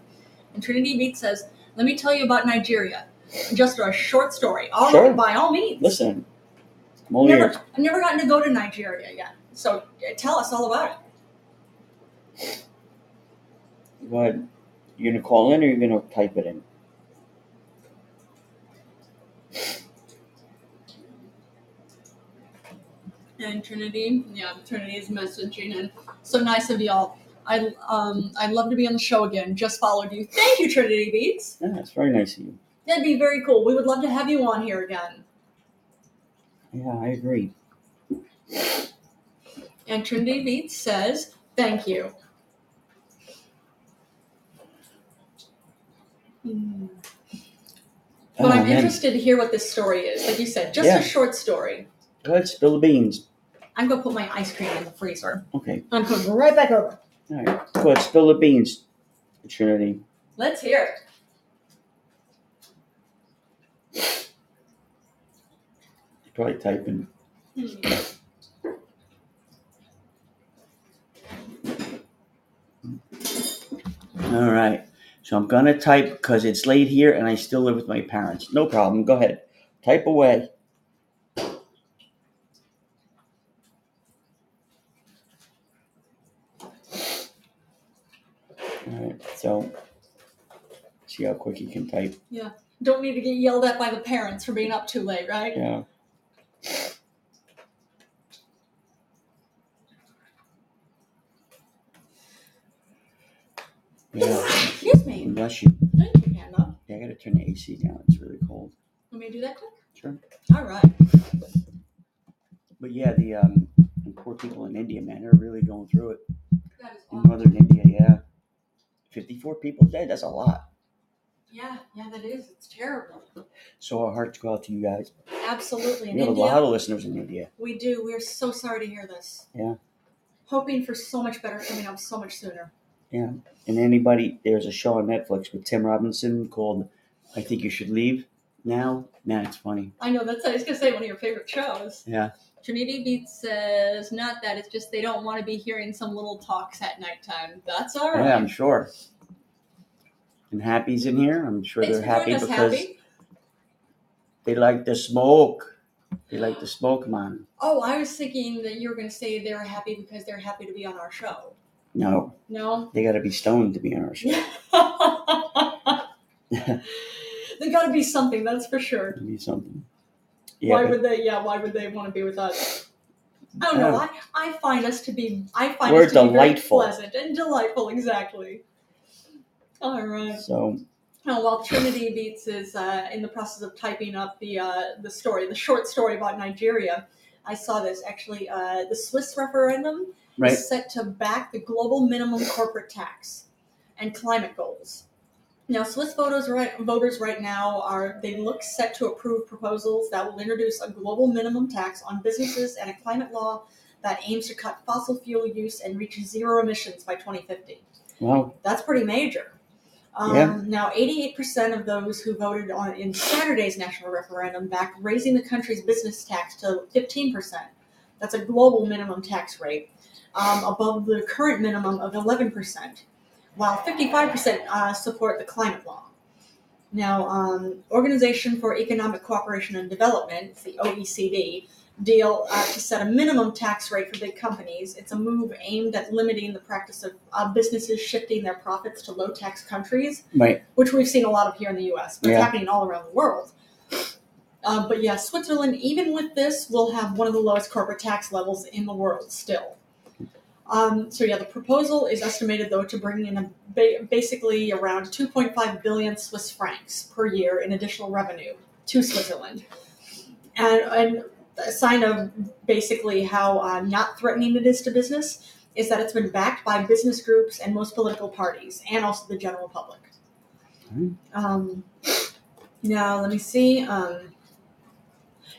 [SPEAKER 1] And Trinity Beat says, let me tell you about Nigeria. Just a short story. All right,
[SPEAKER 2] Sure.
[SPEAKER 1] by all means.
[SPEAKER 2] Listen, I'm only
[SPEAKER 1] Never-
[SPEAKER 2] here.
[SPEAKER 1] I've never gotten to go to Nigeria yet. So uh, tell us all about it.
[SPEAKER 2] Go ahead. You're gonna call in, or you're gonna type it in.
[SPEAKER 1] And Trinity, yeah, Trinity is messaging, and so nice of y'all. I um I'd love to be on the show again. Just followed you. Thank you, Trinity Beats.
[SPEAKER 2] Yeah, that's very nice of you.
[SPEAKER 1] That'd be very cool. We would love to have you on here again.
[SPEAKER 2] Yeah, I agree.
[SPEAKER 1] And Trinity Beats says thank you. Hmm. But
[SPEAKER 2] oh
[SPEAKER 1] I'm
[SPEAKER 2] man,
[SPEAKER 1] interested to hear what this story is. Like you said, just
[SPEAKER 2] Yeah.
[SPEAKER 1] a short story.
[SPEAKER 2] go ahead, spill the beans.
[SPEAKER 1] I'm gonna put my ice cream in the freezer.
[SPEAKER 2] Okay,
[SPEAKER 1] I'm coming right back over.
[SPEAKER 2] all right. Go ahead, spill the beans, Trinity.
[SPEAKER 1] Let's hear it.
[SPEAKER 2] Probably type in.
[SPEAKER 1] Hmm.
[SPEAKER 2] All right. So I'm gonna type because it's late here, and I still live with my parents. No problem. Go ahead, type away. All right. So see how quick you can type.
[SPEAKER 1] Don't need to get yelled at by the parents for being up too late, right?
[SPEAKER 2] Yeah. Yeah.
[SPEAKER 1] Excuse me.
[SPEAKER 2] Bless you.
[SPEAKER 1] Thank you, Hannah.
[SPEAKER 2] Yeah, I gotta turn the AC down. It's really cold.
[SPEAKER 1] Let me to do that quick.
[SPEAKER 2] Sure.
[SPEAKER 1] All right.
[SPEAKER 2] But yeah, the um, and poor people in India, man, they're really going through it.
[SPEAKER 1] That is
[SPEAKER 2] In
[SPEAKER 1] awful.
[SPEAKER 2] northern India, yeah. 54 people dead, that's a lot.
[SPEAKER 1] Yeah, yeah, that is. It's terrible.
[SPEAKER 2] So our hearts go out to you guys.
[SPEAKER 1] Absolutely. In
[SPEAKER 2] We have a
[SPEAKER 1] India,
[SPEAKER 2] lot of listeners in India.
[SPEAKER 1] we do. We're so sorry to hear this.
[SPEAKER 2] Yeah.
[SPEAKER 1] Hoping for so much better coming up so much sooner.
[SPEAKER 2] And anybody, there's a show on Netflix with Tim Robinson called I Think You Should Leave Now. Man, it's funny.
[SPEAKER 1] I know that's I was gonna say one of your favorite shows.
[SPEAKER 2] Yeah.
[SPEAKER 1] Trinity Beat says not that it's just they don't want to be hearing some little talks at nighttime. That's all right.
[SPEAKER 2] Yeah, I'm sure. And Happy's in here. I'm sure
[SPEAKER 1] Thanks
[SPEAKER 2] they're
[SPEAKER 1] for
[SPEAKER 2] happy
[SPEAKER 1] joining us,
[SPEAKER 2] because
[SPEAKER 1] Happy.
[SPEAKER 2] they like the smoke. They like the smoke, man.
[SPEAKER 1] Oh, I was thinking that you were gonna say they're happy because they're happy to be on our show.
[SPEAKER 2] No,
[SPEAKER 1] No.
[SPEAKER 2] they got to be stoned to be on our show.
[SPEAKER 1] there got to be something. That's for sure.
[SPEAKER 2] It'd be something.
[SPEAKER 1] why
[SPEAKER 2] Yeah, but
[SPEAKER 1] would they? Yeah, why would they want to be with us? I don't know.
[SPEAKER 2] Yeah.
[SPEAKER 1] I, I find us to be I find
[SPEAKER 2] We're
[SPEAKER 1] us to be very
[SPEAKER 2] delightful.
[SPEAKER 1] pleasant and delightful. Exactly. All right.
[SPEAKER 2] so
[SPEAKER 1] Now, while Oh, Trinity Beats is uh, in the process of typing up the uh, the story, the short story about Nigeria, I saw this actually. Uh, the Swiss referendum
[SPEAKER 2] right.
[SPEAKER 1] is set to back the global minimum corporate tax and climate goals. Now, Swiss voters right, voters right now are they look set to approve proposals that will introduce a global minimum tax on businesses and a climate law that aims to cut fossil fuel use and reach zero emissions by 2050.
[SPEAKER 2] Wow.
[SPEAKER 1] That's pretty major. Um,
[SPEAKER 2] Yeah.
[SPEAKER 1] Now, 88% of those who voted on in Saturday's national referendum backed raising the country's business tax to 15%. That's a global minimum tax rate, um, above the current minimum of 11%, while 55% uh, support the climate law. Now, um, Organization for Economic Cooperation and Development, the E OECD, deal uh, to set a minimum tax rate for big companies. It's a move aimed at limiting the practice of uh, businesses shifting their profits to low tax countries,
[SPEAKER 2] Right.
[SPEAKER 1] which we've seen a lot of here in the US, but
[SPEAKER 2] Yeah.
[SPEAKER 1] it's happening all around the world. Uh, but yeah, Switzerland, even with this, will have one of the lowest corporate tax levels in the world still. Um, so yeah, the proposal is estimated though to bring in a ba- basically around 2.5 billion Swiss francs per year in additional revenue to Switzerland, and, and a sign of basically how uh, not threatening it is to business is that it's been backed by business groups and most political parties, and also the general public.
[SPEAKER 2] Hmm.
[SPEAKER 1] Um, now let me see. Um,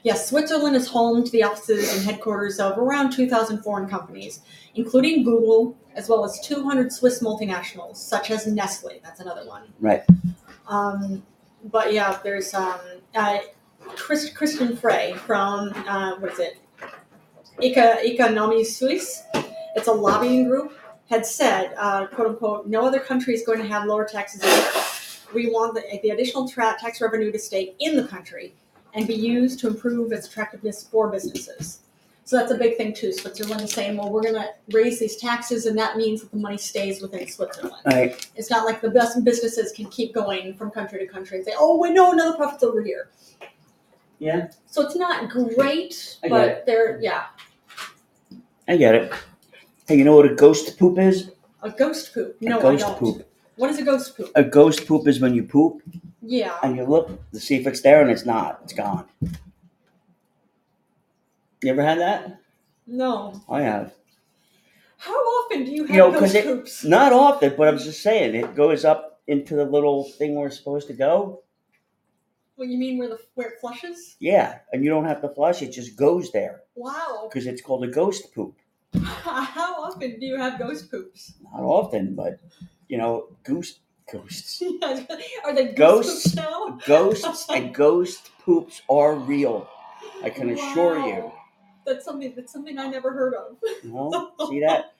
[SPEAKER 1] Yes, Switzerland is home to the offices and headquarters of around 2,000 foreign companies, including Google, as well as 200 Swiss multinationals, such as Nestle. That's another one.
[SPEAKER 2] Right.
[SPEAKER 1] Um, but yeah, there's um, uh, Chris, Kristen Frey from, uh, what is it? Eco, Economie Suisse. It's a lobbying group, had said, uh, quote unquote, no other country is going to have lower taxes. than us. We want the, the additional tra- tax revenue to stay in the country and be used to improve its attractiveness for businesses. So that's a big thing too. Switzerland is saying, well, we're going to raise these taxes, and that means that the money stays within Switzerland.
[SPEAKER 2] All right.
[SPEAKER 1] It's not like the best businesses can keep going from country to country and say, oh, we know another profit's over here.
[SPEAKER 2] Yeah.
[SPEAKER 1] So it's not great,
[SPEAKER 2] I got
[SPEAKER 1] but they're, yeah,
[SPEAKER 2] I get it. Hey, you know what a ghost poop is?
[SPEAKER 1] a ghost poop. No,
[SPEAKER 2] a ghost
[SPEAKER 1] I don't.
[SPEAKER 2] poop.
[SPEAKER 1] What is a ghost poop?
[SPEAKER 2] A ghost poop is when you poop
[SPEAKER 1] Yeah.
[SPEAKER 2] and you look to see if it's there and it's not. It's gone. You ever had that?
[SPEAKER 1] No.
[SPEAKER 2] I have.
[SPEAKER 1] How often do you have
[SPEAKER 2] You know, 'cause
[SPEAKER 1] ghost
[SPEAKER 2] it-
[SPEAKER 1] poops?
[SPEAKER 2] Not often, but I'm just saying it goes up into the little thing where it's supposed to go.
[SPEAKER 1] What you mean where the where it flushes?
[SPEAKER 2] Yeah, and you don't have to flush; it just goes there
[SPEAKER 1] Wow.
[SPEAKER 2] because it's called a ghost poop.
[SPEAKER 1] How often do you have ghost poops?
[SPEAKER 2] Not often, but you know, goose ghosts,
[SPEAKER 1] Are they ghost
[SPEAKER 2] Ghosts?
[SPEAKER 1] poops now?
[SPEAKER 2] ghosts, and ghost poops are real. I can assure you.
[SPEAKER 1] Wow. That's something that's something I never heard of.
[SPEAKER 2] No, see that?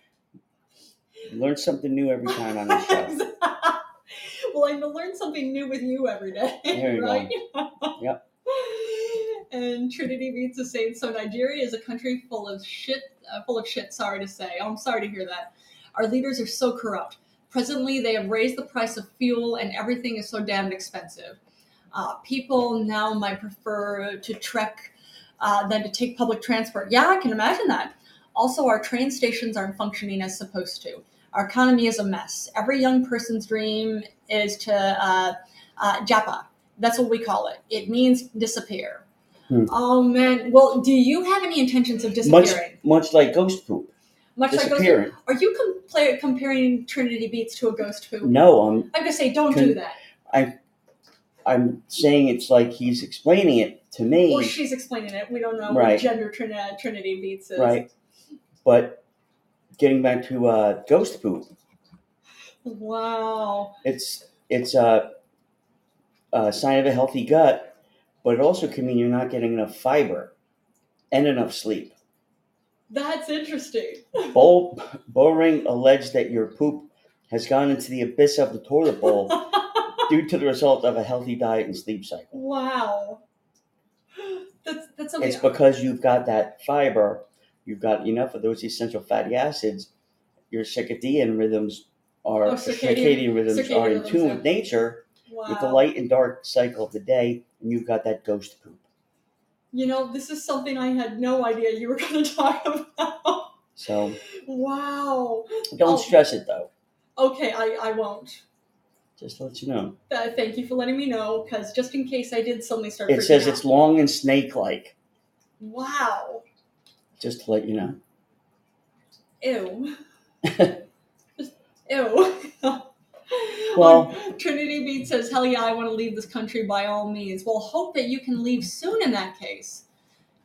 [SPEAKER 2] You learn something new every time on the show.
[SPEAKER 1] well, I learn something new with you every day,
[SPEAKER 2] There you go.
[SPEAKER 1] right?
[SPEAKER 2] Yep.
[SPEAKER 1] And Trinity Beats is saying so. Nigeria is a country full of shit. Uh, full of shit. Sorry to say. I'm sorry to hear that. Our leaders are so corrupt. Presently, they have raised the price of fuel, and everything is so damned expensive. Uh, people now might prefer to trek uh, than to take public transport. Yeah, I can imagine that. Also, our train stations aren't functioning as supposed to. Our economy is a mess. Every young person's dream is to uh, uh, japa. That's what we call it. It means disappear.
[SPEAKER 2] Hmm.
[SPEAKER 1] Oh man. Well, do you have any intentions of
[SPEAKER 2] Much,
[SPEAKER 1] disappearing?
[SPEAKER 2] much like ghost poop,
[SPEAKER 1] Much, like ghost.
[SPEAKER 2] disappearing.
[SPEAKER 1] Are you com- play, comparing Trinity Beats to a ghost poop?
[SPEAKER 2] no, I'm
[SPEAKER 1] I'm gonna say don't
[SPEAKER 2] Can-
[SPEAKER 1] do that.
[SPEAKER 2] I'm saying it's like he's explaining it to me,
[SPEAKER 1] Well, she's explaining it. We don't know what
[SPEAKER 2] Right.
[SPEAKER 1] gender Trin- Trinity Beats is.
[SPEAKER 2] right? But getting back to uh, ghost poop,
[SPEAKER 1] Wow.
[SPEAKER 2] it's it's a, a sign of a healthy gut, but it also can mean you're not getting enough fiber and enough sleep.
[SPEAKER 1] That's interesting.
[SPEAKER 2] Bowl, Boring alleged that your poop has gone into the abyss of the toilet bowl due to the result of a healthy diet and sleep cycle.
[SPEAKER 1] Wow. That's that's something.
[SPEAKER 2] It's because you've got that fiber, you've got enough of those essential fatty acids. Your circadian rhythms are
[SPEAKER 1] Oh, circadian-
[SPEAKER 2] circadian rhythms
[SPEAKER 1] circadian
[SPEAKER 2] are in
[SPEAKER 1] rhythms,
[SPEAKER 2] tune
[SPEAKER 1] yeah.
[SPEAKER 2] with nature,
[SPEAKER 1] wow.
[SPEAKER 2] with the light and dark cycle of the day, and you've got that ghost poop.
[SPEAKER 1] You know, this is something I had no idea you were going to talk about.
[SPEAKER 2] So
[SPEAKER 1] wow.
[SPEAKER 2] don't
[SPEAKER 1] Oh.
[SPEAKER 2] stress it though.
[SPEAKER 1] Okay, I, I won't.
[SPEAKER 2] Just to let you know.
[SPEAKER 1] Uh, thank you for letting me know, because just in case I did suddenly start.
[SPEAKER 2] It
[SPEAKER 1] freaking
[SPEAKER 2] says
[SPEAKER 1] out.
[SPEAKER 2] it's long and snake-like.
[SPEAKER 1] Wow.
[SPEAKER 2] Just to let you know.
[SPEAKER 1] Ew. Just- Ew.
[SPEAKER 2] Well-
[SPEAKER 1] Trinity Beat says, "Hell yeah, I want to leave this country by all means." Well, hope that you can leave soon. In that case,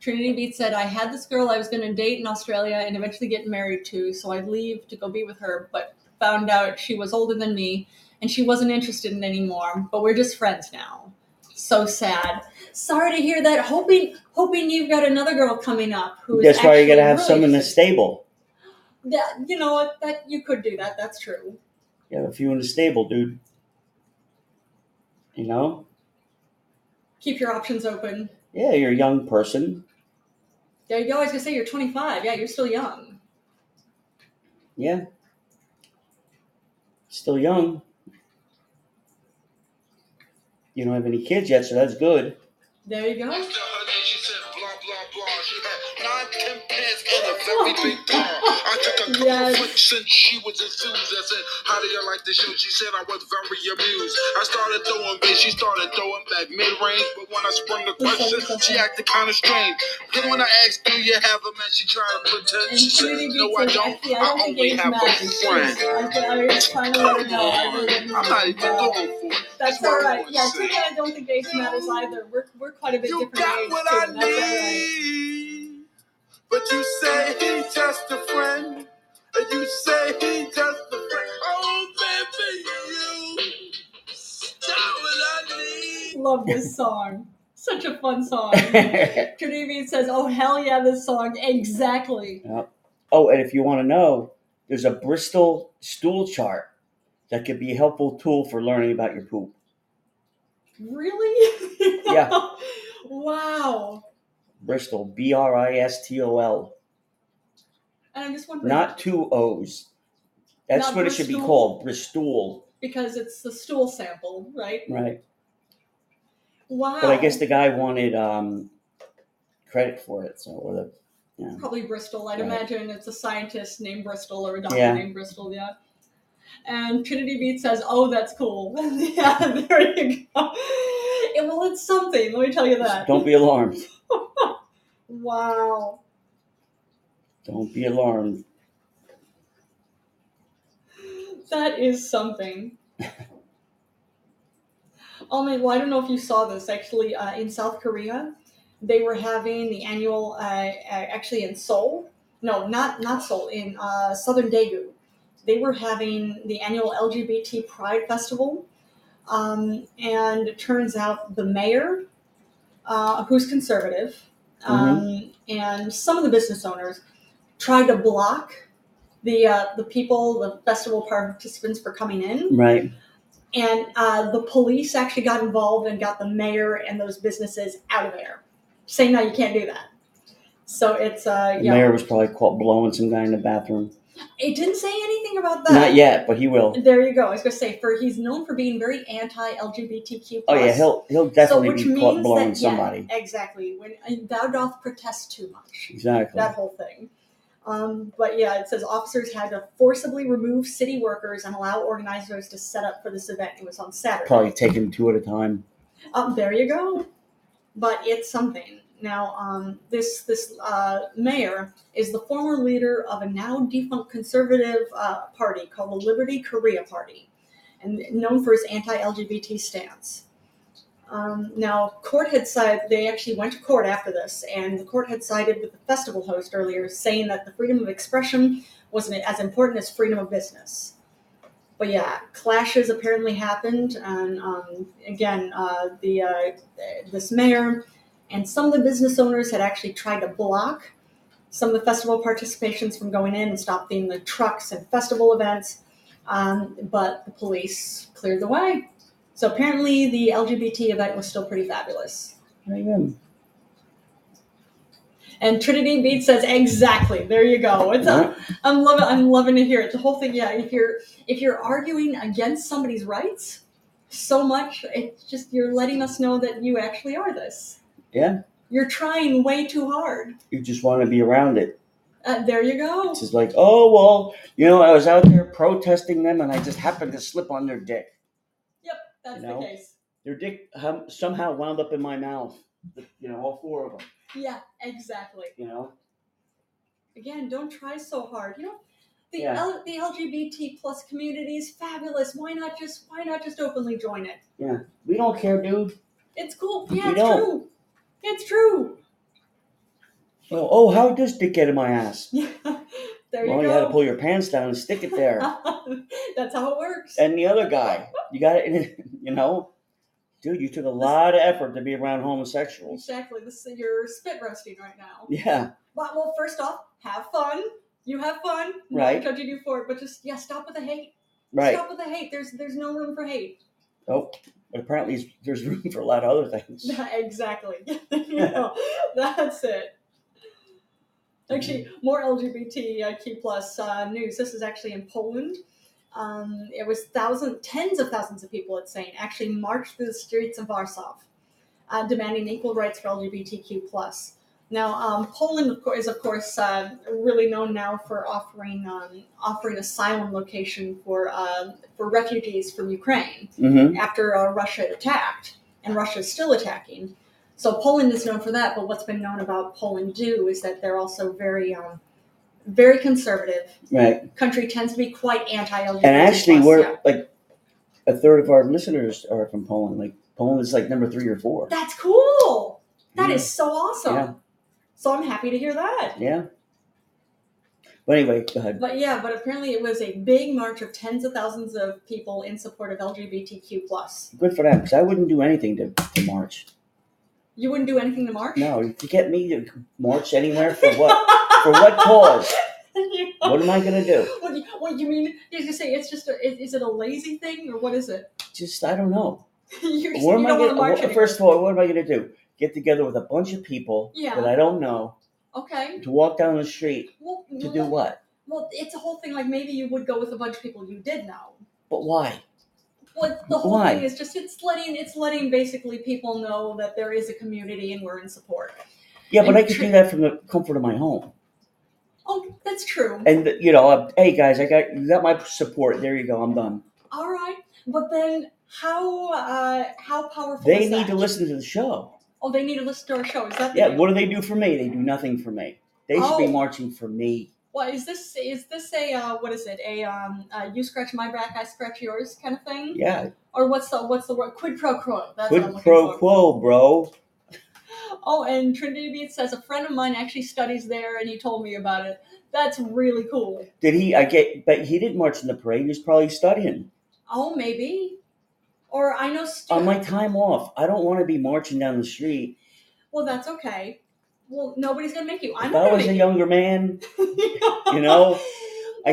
[SPEAKER 1] Trinity Beat said, "I had this girl I was going to date in Australia and eventually get married to, so I leave to go be with her, but found out she was older than me and she wasn't interested in it anymore. But we're just friends now. So sad. Sorry to hear that. Hoping, hoping you've got another girl coming up who is
[SPEAKER 2] That's why you gotta
[SPEAKER 1] actually
[SPEAKER 2] have
[SPEAKER 1] really
[SPEAKER 2] some in the
[SPEAKER 1] interested."
[SPEAKER 2] stable.
[SPEAKER 1] That you know what that you could do that. That's true.
[SPEAKER 2] You have a few in the stable, dude. You know?
[SPEAKER 1] Keep your options open.
[SPEAKER 2] Yeah, you're a young person.
[SPEAKER 1] Yeah, you always gonna say you're 25. Yeah, you're still young.
[SPEAKER 2] Yeah. Still young. You don't have any kids yet, so that's good.
[SPEAKER 1] There you go.
[SPEAKER 3] After her name, she said blah blah blah. She had nine ten pants and a very big car. I took a couple
[SPEAKER 1] Yes.
[SPEAKER 3] flicks and she was enthused. I said, How do you like the show? She said I was very amused. I started throwing bass, she started throwing back mid range, but when I sprung the question, she acted kind of strange. Then when I asked, Do you have a man? She tried to pretend.
[SPEAKER 1] And
[SPEAKER 3] She said,
[SPEAKER 1] Trinity
[SPEAKER 3] No,
[SPEAKER 1] Beats
[SPEAKER 3] I
[SPEAKER 1] says,
[SPEAKER 3] don't.
[SPEAKER 1] actually, I don't
[SPEAKER 3] I
[SPEAKER 1] think
[SPEAKER 3] only
[SPEAKER 1] age
[SPEAKER 3] have a
[SPEAKER 1] matters.
[SPEAKER 3] friend.
[SPEAKER 1] I said, I was trying to let it go. I really
[SPEAKER 3] I'm
[SPEAKER 1] didn't
[SPEAKER 3] not even
[SPEAKER 1] know.
[SPEAKER 3] going for it.
[SPEAKER 1] That's all right. Yeah, Tiffany, I don't think age matters either. We're, we're quite a bit
[SPEAKER 3] You
[SPEAKER 1] different
[SPEAKER 3] got
[SPEAKER 1] age,
[SPEAKER 3] what
[SPEAKER 1] too.
[SPEAKER 3] I
[SPEAKER 1] and That's all right.
[SPEAKER 3] need. But you say he's just a friend. And you say he's just a friend. Oh, baby, you got what I need.
[SPEAKER 1] Love this song. Such a fun song.
[SPEAKER 2] oh,
[SPEAKER 1] Trinity Beats says, "Oh hell yeah, this song exactly."
[SPEAKER 2] Oh, and if you want to know, there's a Bristol stool chart that could be a helpful tool for learning about your poop.
[SPEAKER 1] Really?
[SPEAKER 2] Yeah.
[SPEAKER 1] wow.
[SPEAKER 2] Bristol, B R I S T O L,
[SPEAKER 1] And I'm just wondering,
[SPEAKER 2] not two O's. That's
[SPEAKER 1] Not
[SPEAKER 2] what it should be
[SPEAKER 1] Bristol.
[SPEAKER 2] called, Bristol,
[SPEAKER 1] because it's the stool sample, right?
[SPEAKER 2] right?
[SPEAKER 1] Wow.
[SPEAKER 2] But I guess the guy wanted um, credit for it, so or the
[SPEAKER 1] probably Bristol. I'd
[SPEAKER 2] Right.
[SPEAKER 1] imagine it's a scientist named Bristol or a doctor
[SPEAKER 2] Yeah.
[SPEAKER 1] named Bristol. Yeah. And Trinity Beat says, "Oh, that's cool." yeah, there you go. It, well, it's something. Let me tell you that.
[SPEAKER 2] don't be alarmed.
[SPEAKER 1] Wow.
[SPEAKER 2] Don't be alarmed.
[SPEAKER 1] That is something. oh man, well, I don't know if you saw this actually uh, in South Korea. They were having the annual, uh, uh, actually in Seoul. No, not not Seoul. In uh, Southern Daegu, they were having the annual LGBT Pride Festival, um, and it turns out the mayor, uh, who's conservative, um, and some of the business owners tried to block the uh, the people, the festival participants for coming in,
[SPEAKER 2] Right.
[SPEAKER 1] and uh, the police actually got involved and got the mayor and those businesses out of there, saying no, you can't do that. So it's uh,
[SPEAKER 2] The
[SPEAKER 1] yeah,
[SPEAKER 2] mayor was probably caught blowing some guy in the bathroom.
[SPEAKER 1] it didn't say anything about that.
[SPEAKER 2] Not yet, but he will.
[SPEAKER 1] There you go. I was gonna say for he's known for being very anti-LGBTQ.
[SPEAKER 2] Oh yeah, he'll he'll definitely
[SPEAKER 1] so, which
[SPEAKER 2] be caught
[SPEAKER 1] means
[SPEAKER 2] blowing
[SPEAKER 1] that, yeah,
[SPEAKER 2] somebody.
[SPEAKER 1] exactly. When and thou doth protest too much.
[SPEAKER 2] Exactly.
[SPEAKER 1] that whole thing. Um, but yeah, it says officers had to forcibly remove city workers and allow organizers to set up for this event. It was on Saturday.
[SPEAKER 2] Probably taking two at a time.
[SPEAKER 1] Um, there you go. But it's something. Now, um, this this uh, mayor is the former leader of a now defunct conservative uh, party called the Liberty Korea Party, and known for its anti-LGBT stance. Um, now, court had cited they actually went to court after this, and the court had sided with the festival host earlier, saying that the freedom of expression wasn't as important as freedom of business. But yeah, clashes apparently happened, and um, again, uh, the uh, this mayor and some of the business owners had actually tried to block some of the festival participations from going in and stopping the trucks and festival events. Um, but the police cleared the way. So apparently, the LGBT event was still pretty fabulous.
[SPEAKER 2] Very good.
[SPEAKER 1] And Trinity Beat says exactly. There you go. It's
[SPEAKER 2] All right.
[SPEAKER 1] I'm loving. I'm loving to hear it. The whole thing. Yeah. If you're if you're arguing against somebody's rights so much, it's just you're letting us know that you actually are this.
[SPEAKER 2] Yeah.
[SPEAKER 1] You're trying way too hard.
[SPEAKER 2] You just want to be around it.
[SPEAKER 1] Uh, there you go.
[SPEAKER 2] It's just like, oh well, you know, I was out there protesting them, and I just happened to slip on their dick.
[SPEAKER 1] That's
[SPEAKER 2] No.
[SPEAKER 1] the case.
[SPEAKER 2] Their dick hum- somehow wound up in my mouth. You know, all four of them.
[SPEAKER 1] Yeah. Exactly.
[SPEAKER 2] You know.
[SPEAKER 1] Again, don't try so hard. You know. The,
[SPEAKER 2] Yeah.
[SPEAKER 1] L- the LGBT plus community is fabulous. Why not just why not just openly join it?
[SPEAKER 2] We don't care, dude.
[SPEAKER 1] It's cool. Yeah,
[SPEAKER 2] You
[SPEAKER 1] it's
[SPEAKER 2] don't.
[SPEAKER 1] true. It's true.
[SPEAKER 2] Well, oh, how did this dick get in my ass?
[SPEAKER 1] Yeah. There you
[SPEAKER 2] well,
[SPEAKER 1] go.
[SPEAKER 2] you had to pull your pants down and stick it there.
[SPEAKER 1] That's how it works.
[SPEAKER 2] and the other guy, you got it. You know, dude, you took a lot of effort to be around homosexuals.
[SPEAKER 1] Exactly. This is you're spit roasting right now.
[SPEAKER 2] Yeah,
[SPEAKER 1] Well, well, first off, have fun. You have fun.
[SPEAKER 2] Right.
[SPEAKER 1] Not judging you for it, but just yeah, stop with the hate.
[SPEAKER 2] right.
[SPEAKER 1] Stop with the hate. There's there's no room for hate.
[SPEAKER 2] Oh, but apparently there's room for a lot of other things.
[SPEAKER 1] exactly. You know, that's it. Actually, more LGBTIQ plus uh, news. This is actually in Poland. Um, it was thousands, tens of thousands of people at Saint actually marched through the streets of Warsaw, uh, demanding equal rights for LGBTQ plus. Now, um, Poland of course, is of course uh, really known now for offering um, offering asylum location for um for refugees from Ukraine
[SPEAKER 2] Mm-hmm.
[SPEAKER 1] after uh, Russia had attacked, and Russia is still attacking. So Poland is known for that. But what's been known about Poland too is that they're also very, um, very conservative.
[SPEAKER 2] Right.
[SPEAKER 1] Country tends to be quite anti-LGBT.
[SPEAKER 2] And actually,
[SPEAKER 1] plus,
[SPEAKER 2] we're
[SPEAKER 1] yeah.
[SPEAKER 2] like a third of our listeners are from Poland. Like Poland is like number three or four.
[SPEAKER 1] that's cool. That is
[SPEAKER 2] Yeah.
[SPEAKER 1] so awesome.
[SPEAKER 2] Yeah.
[SPEAKER 1] So I'm happy to hear that.
[SPEAKER 2] Yeah. But anyway, go ahead.
[SPEAKER 1] But yeah, but apparently it was a big march of tens of thousands of people in support of LGBTQ plus.
[SPEAKER 2] Good for them, because I wouldn't do anything to, to march.
[SPEAKER 1] You wouldn't do anything to march.
[SPEAKER 2] No, you could get me to march anywhere for what? for what cause?
[SPEAKER 1] You know?
[SPEAKER 2] What am I gonna do?
[SPEAKER 1] What do you, what do you mean? You just say it's just a. Is, is it a lazy thing or what is it?
[SPEAKER 2] Just I don't know.
[SPEAKER 1] You're,
[SPEAKER 2] What am
[SPEAKER 1] you
[SPEAKER 2] I
[SPEAKER 1] don't want to
[SPEAKER 2] gonna?
[SPEAKER 1] march
[SPEAKER 2] what-
[SPEAKER 1] anymore.
[SPEAKER 2] first of all, what am I gonna do? Get together with a bunch of people
[SPEAKER 1] Yeah.
[SPEAKER 2] that I don't know
[SPEAKER 1] Okay.
[SPEAKER 2] to walk down the street
[SPEAKER 1] Well,
[SPEAKER 2] to
[SPEAKER 1] well,
[SPEAKER 2] do what?
[SPEAKER 1] well, it's a whole thing. Like maybe you would go with a bunch of people you did know.
[SPEAKER 2] But why?
[SPEAKER 1] Well, the whole
[SPEAKER 2] Why?
[SPEAKER 1] thing is just it's letting it's letting basically people know that there is a community and we're in support.
[SPEAKER 2] Yeah, but
[SPEAKER 1] And
[SPEAKER 2] I could
[SPEAKER 1] tri-
[SPEAKER 2] do that from the comfort of my home.
[SPEAKER 1] Oh, that's true.
[SPEAKER 2] And you know, I'm, hey guys, I got you got my support. There you go. I'm done.
[SPEAKER 1] All right, but then how uh, how powerful?
[SPEAKER 2] They
[SPEAKER 1] is
[SPEAKER 2] need
[SPEAKER 1] that?
[SPEAKER 2] to listen to the show.
[SPEAKER 1] Oh, they need to listen to our show. Is that the
[SPEAKER 2] Yeah.
[SPEAKER 1] deal?
[SPEAKER 2] What do they do for me? They do nothing for me. They should
[SPEAKER 1] Oh.
[SPEAKER 2] be marching for me.
[SPEAKER 1] What is this? Is this a uh, what is it? A um, uh, you scratch my back, I scratch yours kind of thing,
[SPEAKER 2] Yeah.
[SPEAKER 1] or what's the what's the word? Quid pro quo. That's what I'm
[SPEAKER 2] Quid
[SPEAKER 1] looking
[SPEAKER 2] pro
[SPEAKER 1] for.
[SPEAKER 2] quo, bro.
[SPEAKER 1] Oh, and Trinity Beach says a friend of mine actually studies there, and he told me about it. That's really cool.
[SPEAKER 2] Did he? I get. But he didn't march in the parade. He was probably studying.
[SPEAKER 1] Oh, maybe. Or I know. Stu-
[SPEAKER 2] On my time off, I don't want to be marching down the street
[SPEAKER 1] well, that's okay. Well, nobody's gonna make you. I'm
[SPEAKER 2] If
[SPEAKER 1] not
[SPEAKER 2] I
[SPEAKER 1] gonna
[SPEAKER 2] was a
[SPEAKER 1] make
[SPEAKER 2] younger man,
[SPEAKER 1] you.
[SPEAKER 2] you know, I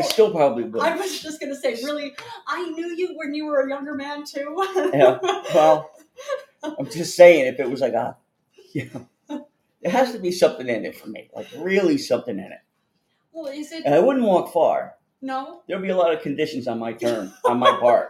[SPEAKER 1] Well,
[SPEAKER 2] still probably would.
[SPEAKER 1] I was just gonna say, really, I knew you when you were a younger man too.
[SPEAKER 2] Yeah. Well, I'm just saying, if it was like a, you know, there has to be something in it for me, like really something in it.
[SPEAKER 1] Well, is it
[SPEAKER 2] And I wouldn't walk far.
[SPEAKER 1] no?
[SPEAKER 2] There'd be a lot of conditions on my turn, on my part.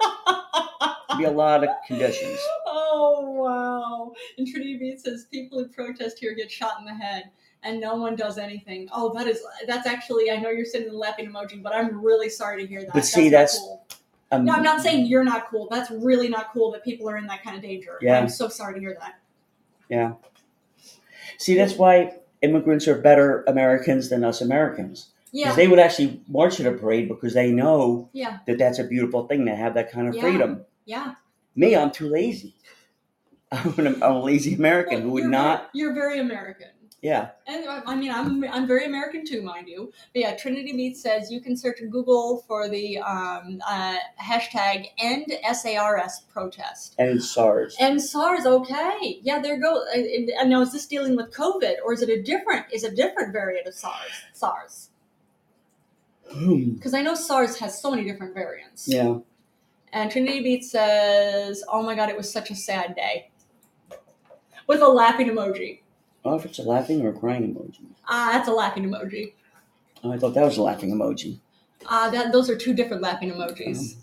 [SPEAKER 2] There'd be a lot of conditions.
[SPEAKER 1] Oh wow! And Trinity Beat says people who protest here get shot in the head, and no one does anything. Oh, that is that's actually I know you're sitting in the laughing emoji, but I'm really sorry to hear that.
[SPEAKER 2] But see,
[SPEAKER 1] not
[SPEAKER 2] that's-
[SPEAKER 1] cool.
[SPEAKER 2] Um,
[SPEAKER 1] no. I'm not saying you're not cool. That's really not cool that people are in that kind of danger.
[SPEAKER 2] Yeah.
[SPEAKER 1] I'm so sorry to hear that.
[SPEAKER 2] See, that's why immigrants are better Americans than us Americans. Because
[SPEAKER 1] Yeah,
[SPEAKER 2] they would actually march at a parade because they know
[SPEAKER 1] yeah,
[SPEAKER 2] that that's a beautiful thing to have that kind of
[SPEAKER 1] Yeah.
[SPEAKER 2] freedom.
[SPEAKER 1] yeah.
[SPEAKER 2] Me, I'm too lazy. I'm, an, I'm a lazy American who would
[SPEAKER 1] You're-
[SPEAKER 2] not,
[SPEAKER 1] You're very American.
[SPEAKER 2] yeah.
[SPEAKER 1] And uh, I I mean, I'm I'm very American too, mind you. But yeah, Trinity Meat says you can search in Google for the um, uh, hashtag end SARS protest.
[SPEAKER 2] And it's SARS.
[SPEAKER 1] And SARS, okay, yeah, there go. uh, And, and now is this dealing with COVID or is it a different? Is a different variant of SARS? SARS,
[SPEAKER 2] Hmm.
[SPEAKER 1] because I know SARS has so many different variants.
[SPEAKER 2] yeah.
[SPEAKER 1] And Trinity Beat says, "Oh my God, it was such a sad day," with a laughing emoji.
[SPEAKER 2] Oh, if it's a laughing or a crying emoji.
[SPEAKER 1] Ah, that's a laughing emoji.
[SPEAKER 2] Oh, I thought that was a laughing emoji.
[SPEAKER 1] Ah, that those are two different laughing
[SPEAKER 2] Mm-hmm.
[SPEAKER 1] emojis.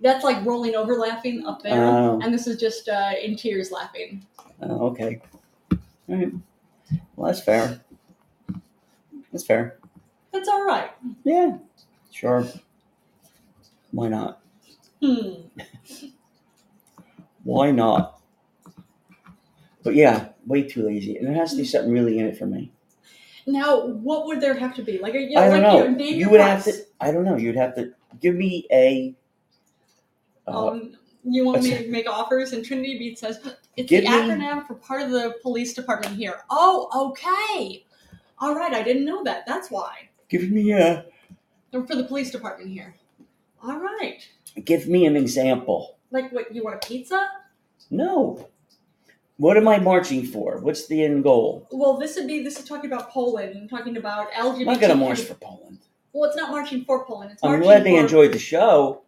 [SPEAKER 1] That's like rolling over laughing up there,
[SPEAKER 2] Oh.
[SPEAKER 1] and this is just uh, in tears laughing.
[SPEAKER 2] Oh, okay. All right. Well, that's fair. That's fair.
[SPEAKER 1] That's all right.
[SPEAKER 2] Yeah. Sure. Why not?
[SPEAKER 1] Hmm.
[SPEAKER 2] Why not? But yeah, way too lazy. And there has to be something really in it for me.
[SPEAKER 1] Now, what would there have to be? Like, are you
[SPEAKER 2] I
[SPEAKER 1] like
[SPEAKER 2] don't know.
[SPEAKER 1] You, name
[SPEAKER 2] You
[SPEAKER 1] your
[SPEAKER 2] would have
[SPEAKER 1] price.
[SPEAKER 2] to. I don't know. You'd have to give me a. Uh,
[SPEAKER 1] Um, you want me
[SPEAKER 2] that's-
[SPEAKER 1] to make offers? And Trinity Beat says it's
[SPEAKER 2] Give
[SPEAKER 1] the
[SPEAKER 2] me-
[SPEAKER 1] acronym for part of the police department here. Oh, okay. All right, I didn't know that. That's why.
[SPEAKER 2] give me a.
[SPEAKER 1] They're for the police department here. All right.
[SPEAKER 2] Give me an example.
[SPEAKER 1] Like, what you want a pizza?
[SPEAKER 2] No. What am I marching for? What's the end goal?
[SPEAKER 1] Well, this would be this is talking about Poland and talking about LGBT.
[SPEAKER 2] I'm not going to march for Poland.
[SPEAKER 1] Well, it's not marching for Poland. It's
[SPEAKER 2] I'm
[SPEAKER 1] marching
[SPEAKER 2] glad they
[SPEAKER 1] for.
[SPEAKER 2] enjoyed the show,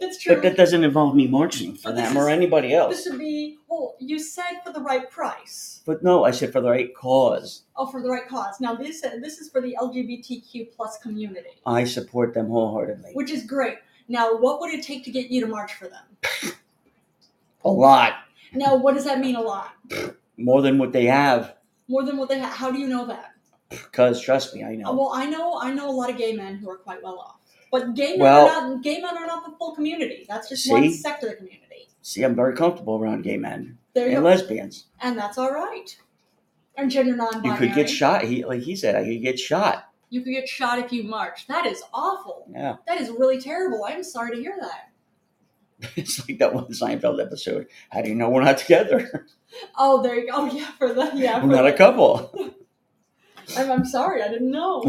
[SPEAKER 1] It's true.
[SPEAKER 2] but that doesn't involve me marching for
[SPEAKER 1] But this
[SPEAKER 2] them or
[SPEAKER 1] is-
[SPEAKER 2] anybody else.
[SPEAKER 1] this would be well. You said for the right price.
[SPEAKER 2] But no, I said for the right cause.
[SPEAKER 1] Oh, for the right cause. Now this this is for the LGBTQ plus community,
[SPEAKER 2] I support them wholeheartedly.
[SPEAKER 1] which is great. Now, what would it take to get you to march for them?
[SPEAKER 2] A lot
[SPEAKER 1] Now, what does that mean? A lot
[SPEAKER 2] more than what they have.
[SPEAKER 1] more than what they have. How do you know that?
[SPEAKER 2] Because trust me, I
[SPEAKER 1] Uh,
[SPEAKER 2] know.
[SPEAKER 1] Well, I know I know a lot of gay men who are quite well off, but gay men
[SPEAKER 2] Well-
[SPEAKER 1] are not gay men are not the full community. That's just one
[SPEAKER 2] See?
[SPEAKER 1] sector of the community.
[SPEAKER 2] See, I'm very comfortable around gay men
[SPEAKER 1] There you
[SPEAKER 2] and
[SPEAKER 1] go,
[SPEAKER 2] lesbians.
[SPEAKER 1] and that's all right. And gender
[SPEAKER 2] You
[SPEAKER 1] non-binary.
[SPEAKER 2] could get shot. He, like he said, I could get shot.
[SPEAKER 1] You could get shot if you march. That is awful.
[SPEAKER 2] Yeah,
[SPEAKER 1] That is really terrible. I'm sorry to hear that.
[SPEAKER 2] it's like that one Seinfeld episode. How do you know we're not together?
[SPEAKER 1] Oh, there you go. Oh, yeah, for the yeah. For
[SPEAKER 2] we're not a
[SPEAKER 1] the-
[SPEAKER 2] couple.
[SPEAKER 1] I'm, I'm sorry, I didn't know.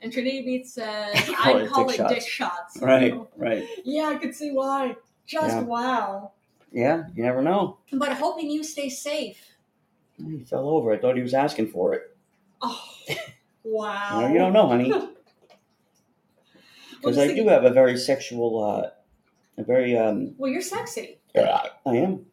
[SPEAKER 1] and Trinity Beat says,
[SPEAKER 2] Call
[SPEAKER 1] I'd
[SPEAKER 2] it
[SPEAKER 1] call
[SPEAKER 2] dick
[SPEAKER 1] it
[SPEAKER 2] shots."
[SPEAKER 1] dick shots.
[SPEAKER 2] Right, right.
[SPEAKER 1] Yeah, I could see why. Just
[SPEAKER 2] Yeah.
[SPEAKER 1] wow.
[SPEAKER 2] Yeah, you never know.
[SPEAKER 1] But hoping you stay safe.
[SPEAKER 2] He fell over. I thought he was asking for it.
[SPEAKER 1] Oh, wow.
[SPEAKER 2] No, you don't know, honey.
[SPEAKER 1] Oh. Well,
[SPEAKER 2] Because
[SPEAKER 1] just
[SPEAKER 2] I
[SPEAKER 1] think-
[SPEAKER 2] do have a very sexual, uh, a very, um,
[SPEAKER 1] well, you're sexy.
[SPEAKER 2] I am.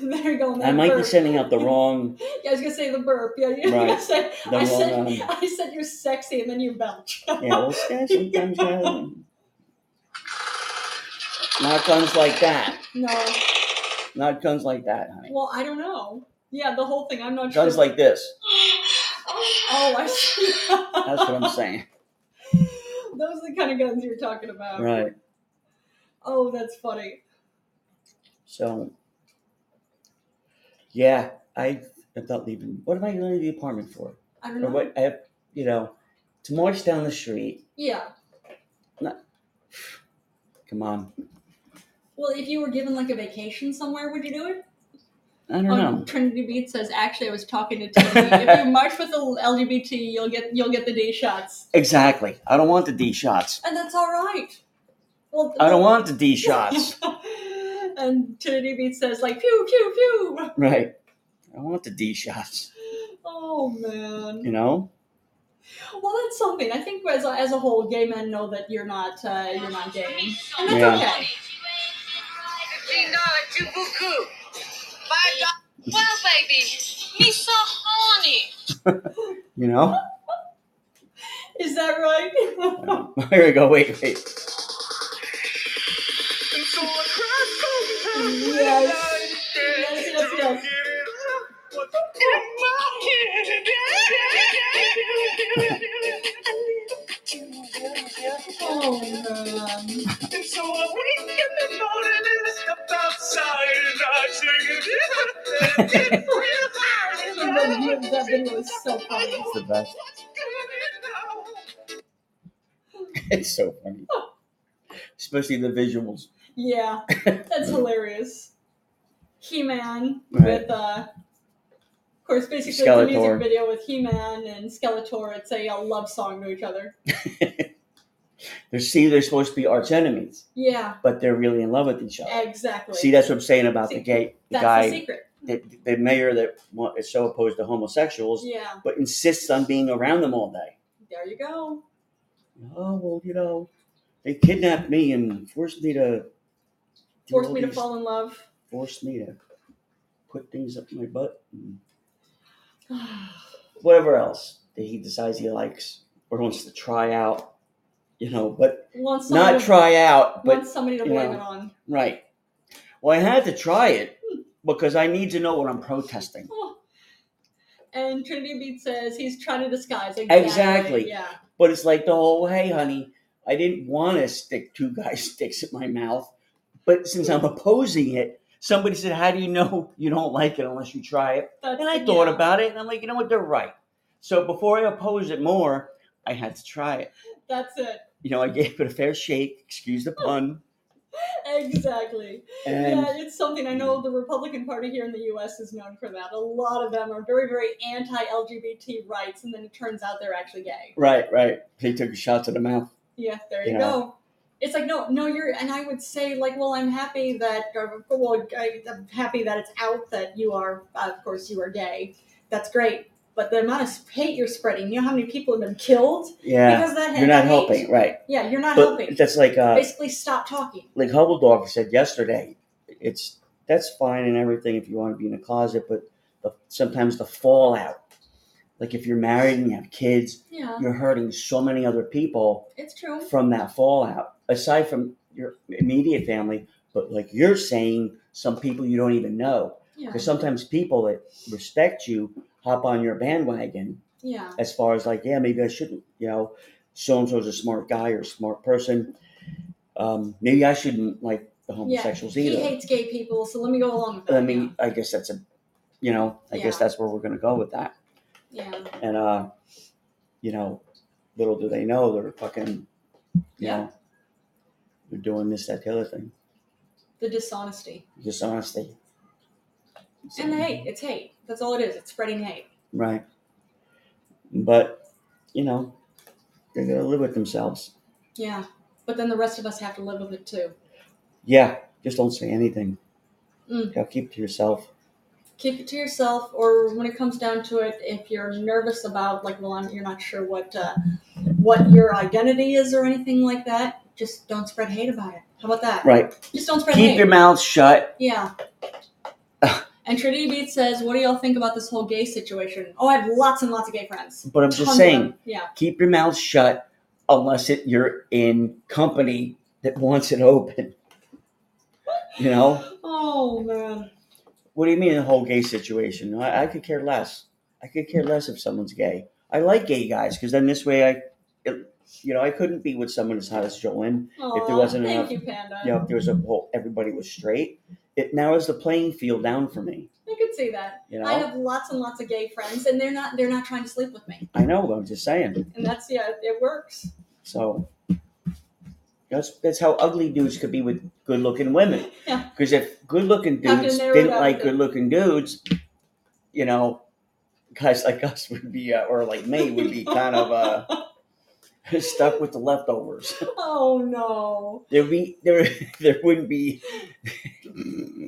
[SPEAKER 1] there you go. and
[SPEAKER 2] I
[SPEAKER 1] that
[SPEAKER 2] might be
[SPEAKER 1] burp.
[SPEAKER 2] sending out the wrong,
[SPEAKER 1] Yeah, I was gonna say the burp. Yeah, you
[SPEAKER 2] Right.
[SPEAKER 1] I said,
[SPEAKER 2] the
[SPEAKER 1] I,
[SPEAKER 2] wrong,
[SPEAKER 1] said
[SPEAKER 2] um, yeah,
[SPEAKER 1] I said you're sexy, and then you belch.
[SPEAKER 2] well, yeah, sometimes, uh, not guns like that.
[SPEAKER 1] no.
[SPEAKER 2] Not guns like that, honey.
[SPEAKER 1] Well, I don't know. Yeah, the whole thing. I'm not
[SPEAKER 2] Guns
[SPEAKER 1] sure.
[SPEAKER 2] like this.
[SPEAKER 1] oh, I see.
[SPEAKER 2] That's what I'm saying.
[SPEAKER 1] Those are the kind of guns you're talking about.
[SPEAKER 2] Right.
[SPEAKER 1] Oh, that's funny.
[SPEAKER 2] So, yeah, I am not leaving. What am I going to the apartment for?
[SPEAKER 1] I don't know.
[SPEAKER 2] Or what? I have, you know, to march down the street.
[SPEAKER 1] Yeah.
[SPEAKER 2] Come on.
[SPEAKER 1] Well, if you were given like a vacation somewhere, would you do it?
[SPEAKER 2] I don't know.
[SPEAKER 1] Trinity Beat says, actually, I was talking to Tiffany. if you march with the LGBT, you'll get you'll get the D shots,
[SPEAKER 2] Exactly. I don't want the D shots.
[SPEAKER 1] and that's all right. Well,
[SPEAKER 2] I don't want the D shots.
[SPEAKER 1] and Trinity Beat says, like, pew pew pew.
[SPEAKER 2] right. I don't want the D shots.
[SPEAKER 1] Oh man.
[SPEAKER 2] You know?
[SPEAKER 1] Well, that's something. I think as a, as a whole, gay men know that you're not uh, you're not gay, and that's
[SPEAKER 2] Yeah.
[SPEAKER 1] okay.
[SPEAKER 4] $15 to Buku. Five dollars. Well, baby, me so horny.
[SPEAKER 2] You know?
[SPEAKER 1] Is that right?
[SPEAKER 2] Um, Here we go. Wait, wait.
[SPEAKER 3] And so I cried so bad when
[SPEAKER 1] Yes.
[SPEAKER 3] I was dead.
[SPEAKER 1] Yes, yes,
[SPEAKER 3] Don't
[SPEAKER 1] yes.
[SPEAKER 3] get it up. What the fuck?
[SPEAKER 1] oh man,
[SPEAKER 3] And so I wake up in the morning and I step outside and I sing it.
[SPEAKER 1] that video is so funny.
[SPEAKER 2] It's the best. It's so funny. Especially the visuals.
[SPEAKER 1] Yeah, that's hilarious. He Man
[SPEAKER 2] Right.
[SPEAKER 1] with, uh, of course, basically it's a
[SPEAKER 2] Skeletor.
[SPEAKER 1] music video with He Man and Skeletor. It's a, uh love song to each other.
[SPEAKER 2] They're see they're supposed to be arch enemies,
[SPEAKER 1] Yeah,
[SPEAKER 2] but they're really in love with each other.
[SPEAKER 1] exactly.
[SPEAKER 2] See, that's what I'm saying about the
[SPEAKER 1] See,
[SPEAKER 2] gay the
[SPEAKER 1] that's the
[SPEAKER 2] guy,
[SPEAKER 1] secret.
[SPEAKER 2] the, the mayor that wa- is so opposed to homosexuals,
[SPEAKER 1] Yeah,
[SPEAKER 2] but insists on being around them all day.
[SPEAKER 1] there you go.
[SPEAKER 2] Oh well, you know, they kidnapped me and forced me to do
[SPEAKER 1] Forced
[SPEAKER 2] all
[SPEAKER 1] me to
[SPEAKER 2] these-
[SPEAKER 1] fall in love.
[SPEAKER 2] Forced me to put things up my butt. And whatever else that he decides he likes or wants to try out, you know, but
[SPEAKER 1] want somebody
[SPEAKER 2] not
[SPEAKER 1] to,
[SPEAKER 2] try out, but
[SPEAKER 1] want somebody to
[SPEAKER 2] you
[SPEAKER 1] blame
[SPEAKER 2] know.
[SPEAKER 1] it on.
[SPEAKER 2] right. Well, I had to try it because I need to know what I'm protesting.
[SPEAKER 1] And Trinity Beat says he's trying to disguise. Exactly.
[SPEAKER 2] Exactly.
[SPEAKER 1] Yeah.
[SPEAKER 2] But it's like the whole, hey, honey, I didn't want to stick two guys' sticks in my mouth, but since I'm opposing it, somebody said, how do you know you don't like it unless you try it?
[SPEAKER 1] That's,
[SPEAKER 2] And I thought
[SPEAKER 1] yeah.
[SPEAKER 2] about it, and I'm like, you know what? They're right. So before I oppose it more, I had to try it.
[SPEAKER 1] That's it.
[SPEAKER 2] You know, I gave it a fair shake. Excuse the pun.
[SPEAKER 1] Exactly.
[SPEAKER 2] And
[SPEAKER 1] yeah, it's something I know the Republican Party here in the U.S. is known for that. A lot of them are very, very anti-LGBT rights, and then it turns out they're actually gay.
[SPEAKER 2] right, right. He took a shot to the mouth.
[SPEAKER 1] Yeah, there you
[SPEAKER 2] You
[SPEAKER 1] go.
[SPEAKER 2] know.
[SPEAKER 1] It's like no, no, you're, and I would say like, well, I'm happy that, uh, well, I, I'm happy that it's out that you are, uh, of course, you are gay. That's great, but the amount of hate you're spreading, you know how many people have been killed
[SPEAKER 2] Yeah,
[SPEAKER 1] because of that
[SPEAKER 2] you're
[SPEAKER 1] that
[SPEAKER 2] not
[SPEAKER 1] hate?
[SPEAKER 2] helping, right?
[SPEAKER 1] Yeah, you're not
[SPEAKER 2] But
[SPEAKER 1] helping.
[SPEAKER 2] that's like uh,
[SPEAKER 1] Basically, stop talking.
[SPEAKER 2] like Hubble Dog said yesterday. It's that's fine and everything if you want to be in a closet, but the, sometimes the fallout, like if you're married and you have kids,
[SPEAKER 1] Yeah,
[SPEAKER 2] you're hurting so many other people.
[SPEAKER 1] it's true.
[SPEAKER 2] from that fallout, aside from your immediate family, but like you're saying, some people you don't even know.
[SPEAKER 1] Yeah,
[SPEAKER 2] Because sometimes people that respect you hop on your bandwagon
[SPEAKER 1] yeah.
[SPEAKER 2] as far as like, yeah, maybe I shouldn't, you know, so and so's a smart guy or a smart person. Um, maybe I shouldn't like the homosexuals
[SPEAKER 1] He
[SPEAKER 2] either.
[SPEAKER 1] hates gay people, so let me go along with that.
[SPEAKER 2] I mean, I guess that's a, you know, I guess
[SPEAKER 1] Yeah.
[SPEAKER 2] that's where we're going to go with that.
[SPEAKER 1] yeah. yeah.
[SPEAKER 2] And, uh, you know, little do they know they're fucking, you
[SPEAKER 1] Yeah.
[SPEAKER 2] know, they're doing this, that, the other thing.
[SPEAKER 1] The dishonesty.
[SPEAKER 2] dishonesty.
[SPEAKER 1] And the hate. It's hate. That's all it is. It's spreading hate.
[SPEAKER 2] Right. But, you know, they're going to live with themselves.
[SPEAKER 1] Yeah. But then the rest of us have to live with it too.
[SPEAKER 2] Yeah, just don't say anything.
[SPEAKER 1] Mm.
[SPEAKER 2] Yeah, keep it to yourself.
[SPEAKER 1] Keep it to yourself, or when it comes down to it, if you're nervous about, like, well, I'm, you're not sure what uh, what your identity is or anything like that, just don't spread hate about it. How about that?
[SPEAKER 2] Right.
[SPEAKER 1] Just don't spread hate.
[SPEAKER 2] Keep your mouth shut.
[SPEAKER 1] Yeah. and Trinity Beat says, "What do y'all think about this whole gay situation?" Oh, I have lots and lots of gay friends.
[SPEAKER 2] But I'm just
[SPEAKER 1] Tons of
[SPEAKER 2] saying,
[SPEAKER 1] them. Yeah.
[SPEAKER 2] keep your mouth shut unless it, you're in company that wants it open. You know?
[SPEAKER 1] Oh man.
[SPEAKER 2] What do you mean the whole gay situation? I, I could care less. I could care less if someone's gay. I like gay guys because then this way I, it, you know, I couldn't be with someone as hot as Jolene. If there
[SPEAKER 1] Aw,
[SPEAKER 2] wasn't
[SPEAKER 1] thank
[SPEAKER 2] enough-
[SPEAKER 1] you, Panda.
[SPEAKER 2] You know, if there was a whole everybody was straight, it now is the playing field down for me.
[SPEAKER 1] I could see that.
[SPEAKER 2] You know,
[SPEAKER 1] I
[SPEAKER 2] I,
[SPEAKER 1] have lots and lots of gay friends, and they're not—they're not trying to sleep with me,
[SPEAKER 2] know. but I'm just saying.
[SPEAKER 1] and that's yeah, it works.
[SPEAKER 2] So that's that's how ugly dudes could be with good-looking women.
[SPEAKER 1] Yeah.
[SPEAKER 2] Because if good-looking
[SPEAKER 1] Have to
[SPEAKER 2] dudes
[SPEAKER 1] narrow it
[SPEAKER 2] didn't
[SPEAKER 1] up
[SPEAKER 2] like
[SPEAKER 1] to-
[SPEAKER 2] good-looking dudes, you know, guys like us would be, uh, or like me, would be kind of uh, stuck with the leftovers.
[SPEAKER 1] Oh no,
[SPEAKER 2] There be there there wouldn't be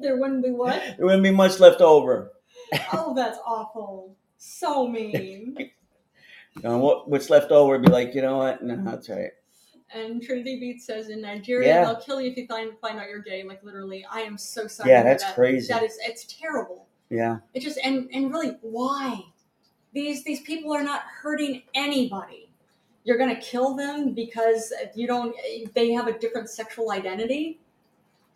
[SPEAKER 1] there wouldn't be what?
[SPEAKER 2] there wouldn't be much left over.
[SPEAKER 1] Oh, that's awful. So mean.
[SPEAKER 2] You know, what what's left over would be like, you know what? No, that's all right.
[SPEAKER 1] And Trinity Beat says in Nigeria,
[SPEAKER 2] Yeah.
[SPEAKER 1] they'll kill you if you find find out you're gay. Like literally, I am so sorry.
[SPEAKER 2] Yeah,
[SPEAKER 1] for
[SPEAKER 2] that's
[SPEAKER 1] that.
[SPEAKER 2] crazy.
[SPEAKER 1] That is, it's terrible.
[SPEAKER 2] Yeah,
[SPEAKER 1] It just and and really, why? These these people are not hurting anybody. You're gonna kill them because you don't. They have a different sexual identity.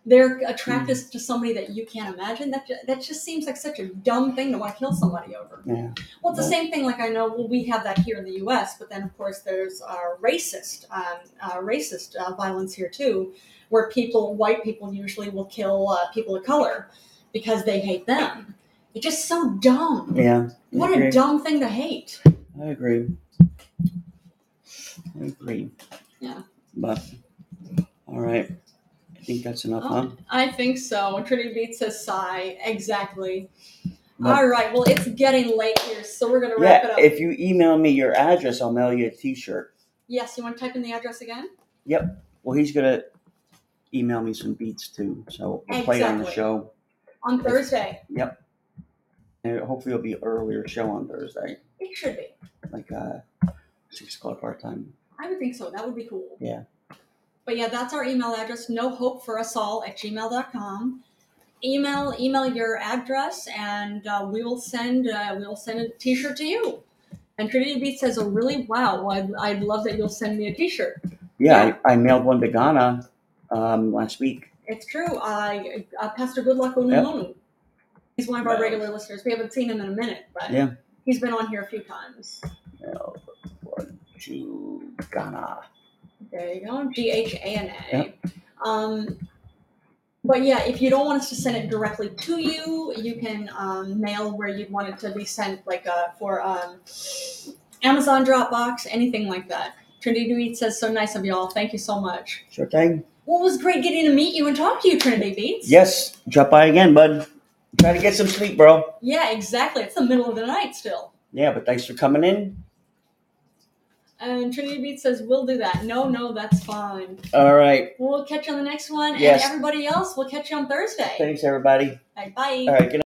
[SPEAKER 1] They're attracted to somebody that you can't imagine. That ju- that just seems like such a dumb thing to want to kill somebody over.
[SPEAKER 2] yeah,
[SPEAKER 1] Well, it's the
[SPEAKER 2] Right.
[SPEAKER 1] same thing. Like I know, well, we have that here in the U.S., but then of course there's uh, racist, um, uh, racist uh, violence here too, where people, white people, usually will kill uh, people of color because they hate them. It's just so dumb.
[SPEAKER 2] Yeah.
[SPEAKER 1] What
[SPEAKER 2] I agree.
[SPEAKER 1] a dumb thing to hate.
[SPEAKER 2] I agree. I agree.
[SPEAKER 1] Yeah.
[SPEAKER 2] But all right. I think that's enough,
[SPEAKER 1] Oh.
[SPEAKER 2] huh?
[SPEAKER 1] I think so. Trinity Beat says sigh. Exactly.
[SPEAKER 2] But-
[SPEAKER 1] All right. Well, it's getting late here, so we're going to wrap
[SPEAKER 2] Yeah,
[SPEAKER 1] it up.
[SPEAKER 2] if you email me your address, I'll mail you a T-shirt.
[SPEAKER 1] yes, you want to type in the address again?
[SPEAKER 2] Well, he's gonna email me some beats too, so we'll play on the
[SPEAKER 1] Exactly.
[SPEAKER 2] show.
[SPEAKER 1] On Thursday.
[SPEAKER 2] And hopefully, it'll be an earlier show on Thursday,
[SPEAKER 1] It should be.
[SPEAKER 2] like uh, six o'clock our time.
[SPEAKER 1] I would think so. That would be cool.
[SPEAKER 2] Yeah.
[SPEAKER 1] But yeah, that's our email address, no hope for us all at gmail.com. Email email your address and uh, we will send uh, we will send a t-shirt to you. And Trinity Beat says, "Oh, really? Wow! Well, I'd, I'd love that you'll send me a T-shirt."
[SPEAKER 2] Yeah, I, I mailed one to Ghana um, last week.
[SPEAKER 1] It's true. I uh, Pastor Goodluck Onumonu, he's one of our regular listeners. We haven't seen him in a minute, but
[SPEAKER 2] Yeah.
[SPEAKER 1] he's been on here a few times.
[SPEAKER 2] Mailed one to Ghana.
[SPEAKER 1] There you go. G H A N A.
[SPEAKER 2] Yep.
[SPEAKER 1] Um, but yeah, if you don't want us to send it directly to you, you can um, mail where you'd want it to be sent, like uh, for um, Amazon Dropbox, anything like that. Trinity Beat says, so nice of y'all. Thank you so much.
[SPEAKER 2] Sure thing.
[SPEAKER 1] Well, it was great getting to meet you and talk to you, Trinity Beats.
[SPEAKER 2] Yes, drop by again, bud. Try to get some sleep, bro.
[SPEAKER 1] Yeah, exactly. It's the middle of the night still.
[SPEAKER 2] Yeah, but thanks for coming in.
[SPEAKER 1] And Trinity Beats says, we'll do that. No, no, that's fine.
[SPEAKER 2] All right.
[SPEAKER 1] We'll catch you on the next one.
[SPEAKER 2] Yes.
[SPEAKER 1] And everybody else, we'll catch you on Thursday.
[SPEAKER 2] Thanks, everybody.
[SPEAKER 1] All right, bye.
[SPEAKER 2] All right. Good